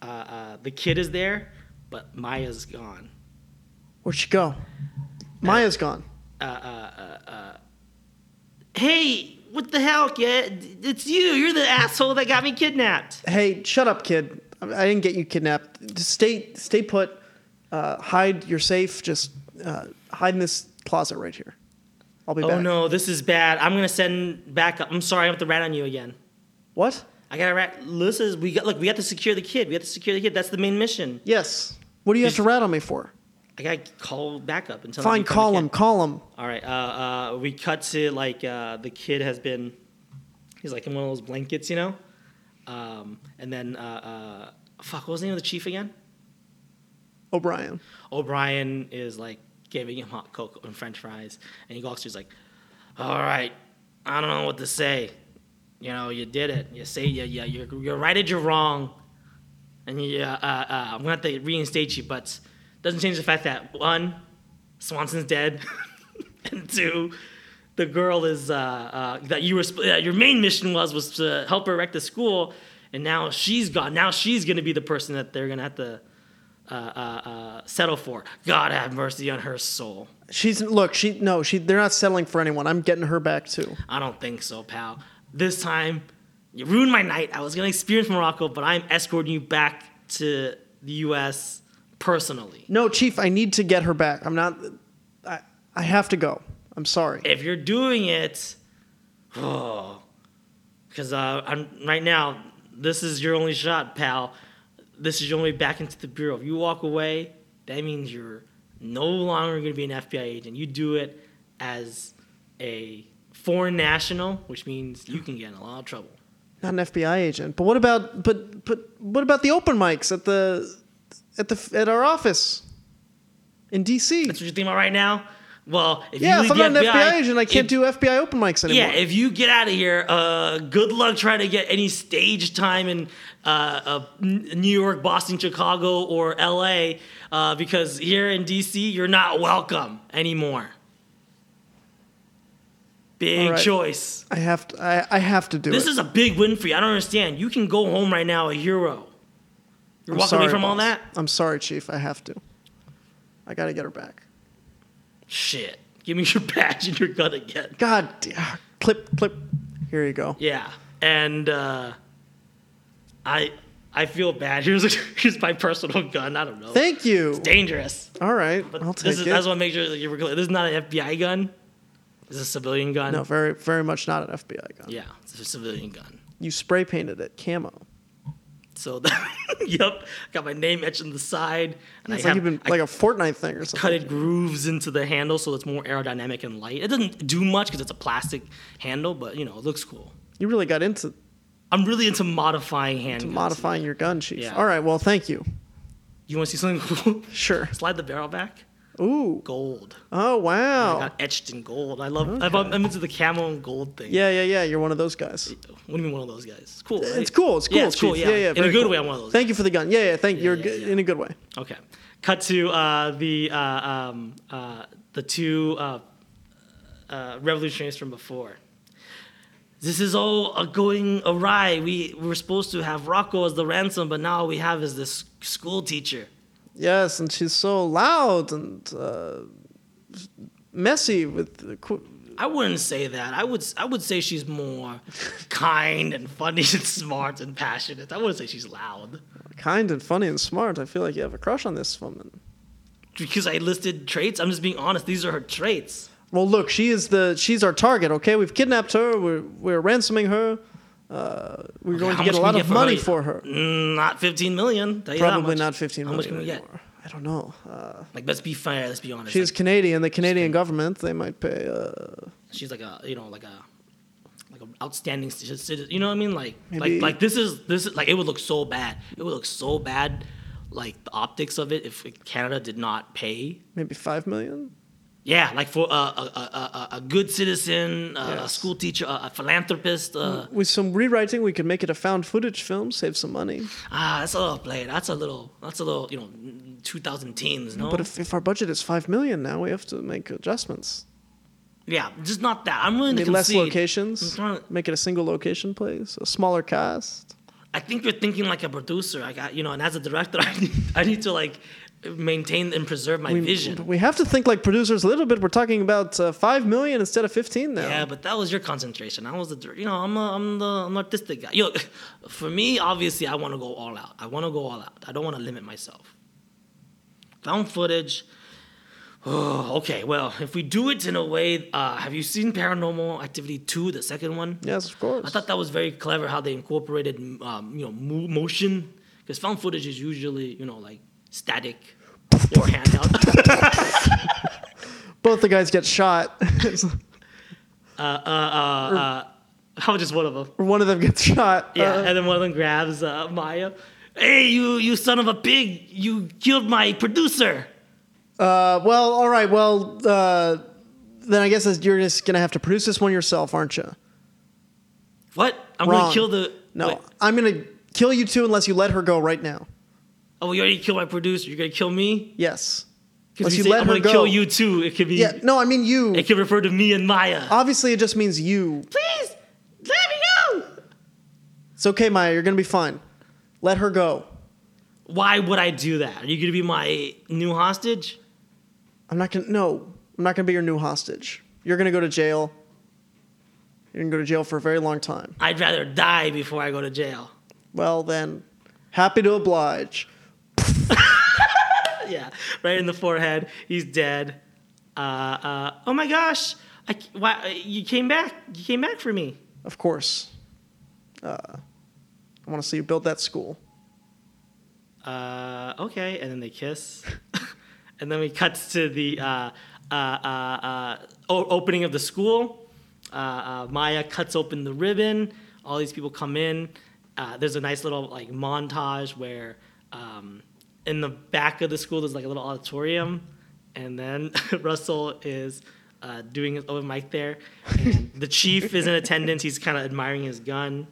uh, uh, the kid is there, but Maya's gone.
Where'd she go? Maya's gone.
Hey, what the hell, kid? It's you. You're the asshole that got me kidnapped.
Hey, shut up, kid. I I didn't get you kidnapped. Just stay, stay put. Uh, hide. You're safe. Just uh, hide in this closet right here. I'll be
Oh
back.
no, this is bad. I'm gonna send back up. I'm sorry, I have to rat on you again.
What?
I gotta rat. Listen, we got look. We got to secure the kid. We got to secure the kid. That's the main mission.
Yes. What do you have
He's-
to rat on me for?
I gotta call backup and tell them
Fine.
to come
Call
to
him.
camp.
Call him.
All right. Uh, uh, we cut to like uh, the kid has been. He's like in one of those blankets, you know. Um, and then uh, uh, fuck, what was the name of the chief again?
O'Brien.
O'Brien is like giving him hot cocoa and French fries, and he walks. He's like, "All right, I don't know what to say. You know, you did it. You say you you you're, you're righted your wrong, and you, uh, uh, uh, I'm gonna have to reinstate you, but doesn't change the fact that one, Swanson's dead, and two." The girl is uh, uh, that you were. sp- Uh, your main mission was was to help her wreck the school, and now she's gone. Now she's gonna be the person that they're gonna have to uh, uh, uh, settle for. God have mercy on her soul.
She's look. She no. She. They're not settling for anyone. I'm getting her back too.
I don't think so, pal. This time, you ruined my night. I was gonna experience Morocco, but I'm escorting you back to the U.S. personally.
No, Chief. I need to get her back. I'm not. I, I have to go. I'm sorry.
if you're doing it, oh, because uh, I'm right now. This is your only shot, pal. This is your only back into the bureau. If you walk away, that means you're no longer going to be an FBI agent. You do it as a foreign national, which means you can get in a lot of trouble.
Not an FBI agent. But what about but but what about the open mics at the at the at our office in DC?
That's what you're thinking about right now. Well, if
yeah,
you
if I'm
leave
not an
the FBI,
FBI agent, I can't
if-
do FBI open mics anymore.
Yeah, if you get out of here, uh, good luck trying to get any stage time in uh, uh, N- New York, Boston, Chicago, or LA, uh, because here in DC, you're not welcome anymore. Big
All right.
choice.
I have to. I, I have to do
This
it.
is a big win for you. I don't understand. You can go home right now a hero. You're
I'm
walking
sorry,
away from all
boss.
that?
I'm sorry, Chief. I have to. I gotta get her back.
Shit. Give me your badge and your gun again.
God, damn. clip, clip. Here you go.
Yeah, and uh, I I feel bad. Here's here's my personal gun. I don't know.
Thank you.
Dangerous.
All right,
But
I'll
this
take
is,
it.
that's what makes sure that you were clear. This is not an FBI gun. This is a civilian gun.
no, very, very much not an FBI gun.
Yeah, it's a civilian gun.
You spray painted it camo.
So, that, yep, got my name etched in the side, and
It's
I have
like you've been
I
like a Fortnite thing or something.
cutted grooves into the handle so it's more aerodynamic and light. It doesn't do much because it's a plastic handle, but you know it looks cool.
You really got into
I'm really into modifying handguns.
to modifying your gun, Chief.
Yeah.
All right, well, thank you.
You want to see something cool?
Sure.
Slide the barrel back.
Ooh.
Gold.
Oh wow.
I got etched in gold. I love. I'm- I'm, I'm into the camo and gold thing.
yeah, yeah, yeah. You're one of those guys.
What do you mean one of those guys? It's cool. right?
It's cool. It's cool.
Yeah, it's cool.
Chief.
Yeah,
yeah.
In
very
a good
cool.
way, I'm one of those.
Thank you for the gun. Yeah, yeah. Thank you're
yeah,
good-
yeah.
in a good way.
okay. Cut to uh, the uh, um, uh, the two uh, uh, revolutionaries from before. This is all uh, going awry. We we were supposed to have Rocco as the ransom, but now all we have is this school teacher.
Yes, and she's so loud and uh, messy with. The qu-
I wouldn't say that. I would I would say she's more kind and funny and smart and passionate. I wouldn't say she's loud
kind and funny and smart. I feel like you have a crush on this woman.
because I listed traits. I'm just being honest. These are her traits.
Well, look, she is the she's our target. Okay, we've kidnapped her. We're we're ransoming her. Uh, we're going
how
to get
much
a
we
lot
get
of
for her?
money for her.
Mm, not 15 million. Tell you that
Probably
much.
not fifteen
How much
million
can we get?
anymore. I don't know. Uh,
Like let's be fair. Let's be honest.
she's Canadian. The Canadian government they might pay. Uh,
Like, she's like a you know like a like an outstanding ci- citizen. You know what I mean? Like
Maybe-
like like this is this is like it would look so bad. It would look so bad. Like the optics of it, if Canada did not pay
maybe five million.
Yeah, like for a, a, a, a good citizen, a, a
Yes.
school teacher, a, a philanthropist. Uh,
With some rewriting, we could make it a found footage film, save some money.
ah, that's a little play. That's a little. That's a little. You know, two thousand teens. No,
But if, if our budget is five million now, we have to make adjustments.
yeah, just not that. I'm willing to
Need less
concede.
locations.
I'm trying to-
Make it a single location place. A smaller cast.
I think you're thinking like a producer. I got you know, and as a director, I need, I need to like maintain and preserve my
But
vision.
we have to think like producers a little bit. We're talking about uh, five million instead of fifteen now.
Yeah, but that was your concentration. I was the, dir- you know, I'm, a, I'm the, I'm the artistic guy. You know, for me, obviously, I want to go all out. I want to go all out. I don't want to limit myself. Found footage. Oh, okay, well, if we do it in a way, uh, have you seen Paranormal Activity Two, the second one?
Yes, of course.
I thought that was very clever how they incorporated, um, you know, mo- motion because found footage is usually, you know, like static or handheld.
Both the guys get shot.
Uh, How just one of them?
One of them gets shot.
Yeah,
Uh,
and then one of them grabs uh, Maya. Hey, you, you son of a pig! You killed my producer.
uh, well, all right. Well, uh, then I guess you're just gonna have to produce this one yourself, aren't you?
What? I'm
Wrong.
gonna kill the.
No,
Wait.
I'm gonna kill you two unless you let her go right now.
Oh, you already killed my producer. You're gonna kill me?
Yes.
Because
Unless you let
I'm
her
gonna
go.
kill you too. It could be.
Yeah. Uh, No, I mean you.
It could refer to me and Maya.
Obviously, it just means you.
Please, let me go.
It's okay, Maya. You're gonna be fine. Let her go.
Why would I do that? Are you gonna be my new hostage?
I'm not gonna. No, I'm not gonna be your new hostage. You're gonna go to jail. You're gonna go to jail for a very long time.
I'd rather die before I go to jail.
Well, then, happy to oblige.
Yeah, right in the forehead. He's dead. uh, uh, "Oh my gosh, I, c- why, you came back! You came back for me."
Of course. Uh, I want to see you build that school.
uh, okay, and then they kiss, and then we cuts to the uh, uh, uh, uh, o- opening of the school. Uh, uh, Maya cuts open the ribbon. All these people come in. Uh, there's a nice little like montage where um, in the back of the school there's like a little auditorium, and then Russell is. Uh, doing his open mic there. And the chief is in attendance. He's kind of admiring his gun.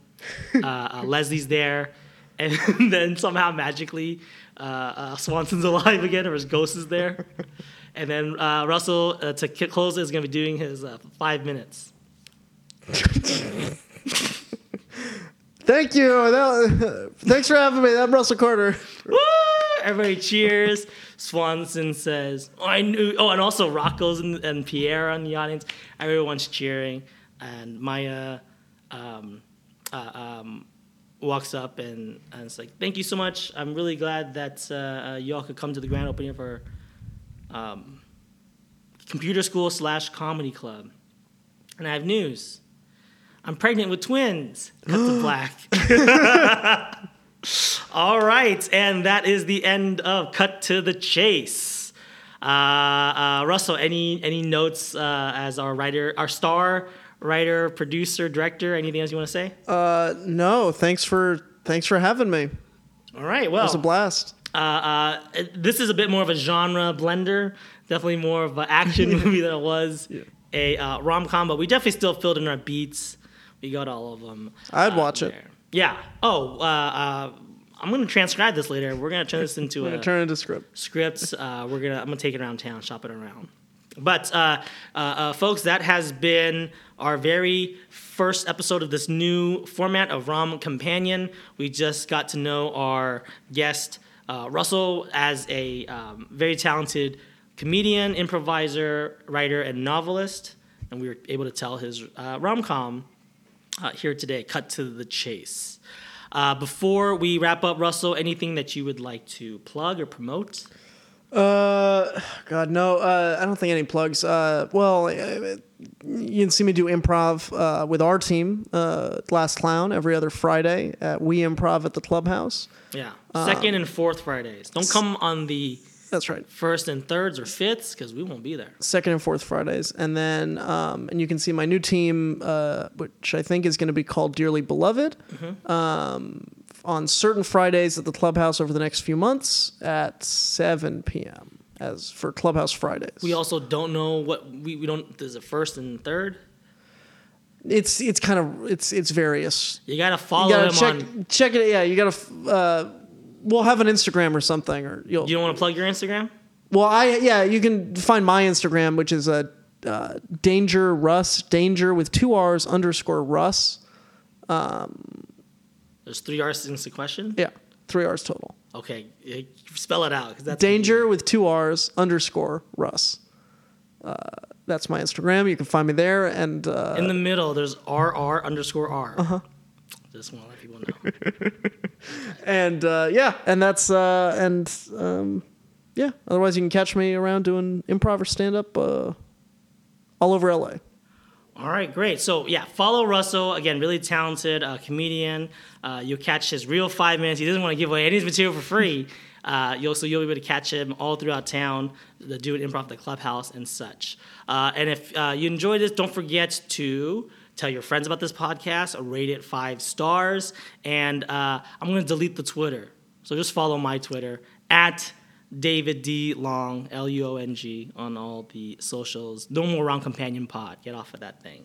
Uh, uh, Leslie's there and then somehow magically uh, uh, Swanson's alive again, or his ghost is there. and then uh, Russell uh, to ki- close is going to be doing his uh, five minutes.
Thank you. That- thanks for having me. I'm Russell Carter.
Woo! Everybody cheers. Swanson says, oh, "I knew." Oh, and also Rocco's and, and Pierre on the audience. Everyone's cheering, and Maya um, uh, um, walks up and, and it's like, "Thank you so much. I'm really glad that uh, uh, y'all could come to the grand opening of our um, computer school slash comedy club." And I have news. I'm pregnant with twins. Cut to black. All right, and that is the end of Cut to the Chase. Uh, uh, Russell, any any notes uh, as our writer, our star writer, producer, director? Anything else you want to say?
Uh, no, thanks for thanks for having me. It
All right, well,
was a blast.
uh, uh, this is a bit more of a genre blender, definitely more of an action movie than it was a uh, rom com, but we definitely still filled in our beats. We got all of them.
I'd
uh,
watch it.
there. Yeah. Oh, uh, uh, I'm gonna transcribe this later. We're gonna turn this into
I'm
a
gonna turn it into script.
scripts. Uh, we're gonna I'm gonna take it around town, shop it around. But uh, uh, uh, folks, that has been our very first episode of this new format of Rom Companion. We just got to know our guest uh, Russell as a um, very talented comedian, improviser, writer, and novelist, and we were able to tell his uh, rom com uh, here today. Cut to the chase. Uh, before we wrap up, Russell, anything that you would like to plug or promote?
Uh, God, no. Uh, I don't think any plugs. Uh, well, uh, you can see me do improv uh, with our team, uh, Last Clown, every other Friday at We Improv at the Clubhouse.
Yeah,
Um,
second and fourth Fridays. Don't come on the
That's right.
first and thirds or fifths because we won't be there.
second and fourth Fridays, and then um, and you can see my new team, uh, which I think is going to be called Dearly Beloved, um,
Mm-hmm.
on certain Fridays at the clubhouse over the next few months at 7 p.m. as for Clubhouse Fridays.
We also don't know what we, we don't. There's a first and third.
it's it's kind of it's it's various.
You gotta
You
follow
gotta
him
check
on.
check it. Yeah, you gotta. f- Uh, we'll have an Instagram or something, or you'll.
You don't want to plug your Instagram?
Well, I yeah, you can find my Instagram, which is a uh, danger russ danger with two R's underscore russ.
There's three R's in the question.
Yeah, three R's total.
Okay, eh, spell it out because that's
Danger with two R's underscore Russ. Uh, that's my Instagram. You can find me there. And uh,
In the middle, there's RR underscore R. Uh huh.
Uh-huh.
Just want to let people know.
and uh, yeah, and that's uh, and um, yeah. Otherwise, you can catch me around doing improv or stand up uh, all over LA.
All right, great. So yeah, follow Russell again. Really talented uh, comedian. Uh, you'll catch his real five minutes. He doesn't want to give away any of his material for free. Uh, you'll so you'll be able to catch him all throughout town. The dude improv, the clubhouse, and such. Uh, and if uh, you enjoy this, don't forget to tell your friends about this podcast. Rate it five stars. And uh, I'm going to delete the Twitter. So just follow my Twitter at David D. Long, L U O N G, on all the socials. No more Wrong Companion Pod. Get off of that thing.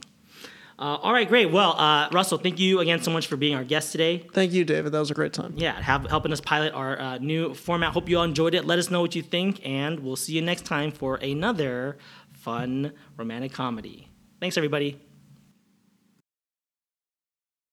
Uh, all right, great. Well, uh, Russell, thank you again so much for being our guest today.
Thank you, David. That was a great time.
Yeah, have, helping us pilot our uh, new format. Hope you all enjoyed it. Let us know what you think, and we'll see you next time for another fun romantic comedy. Thanks, everybody.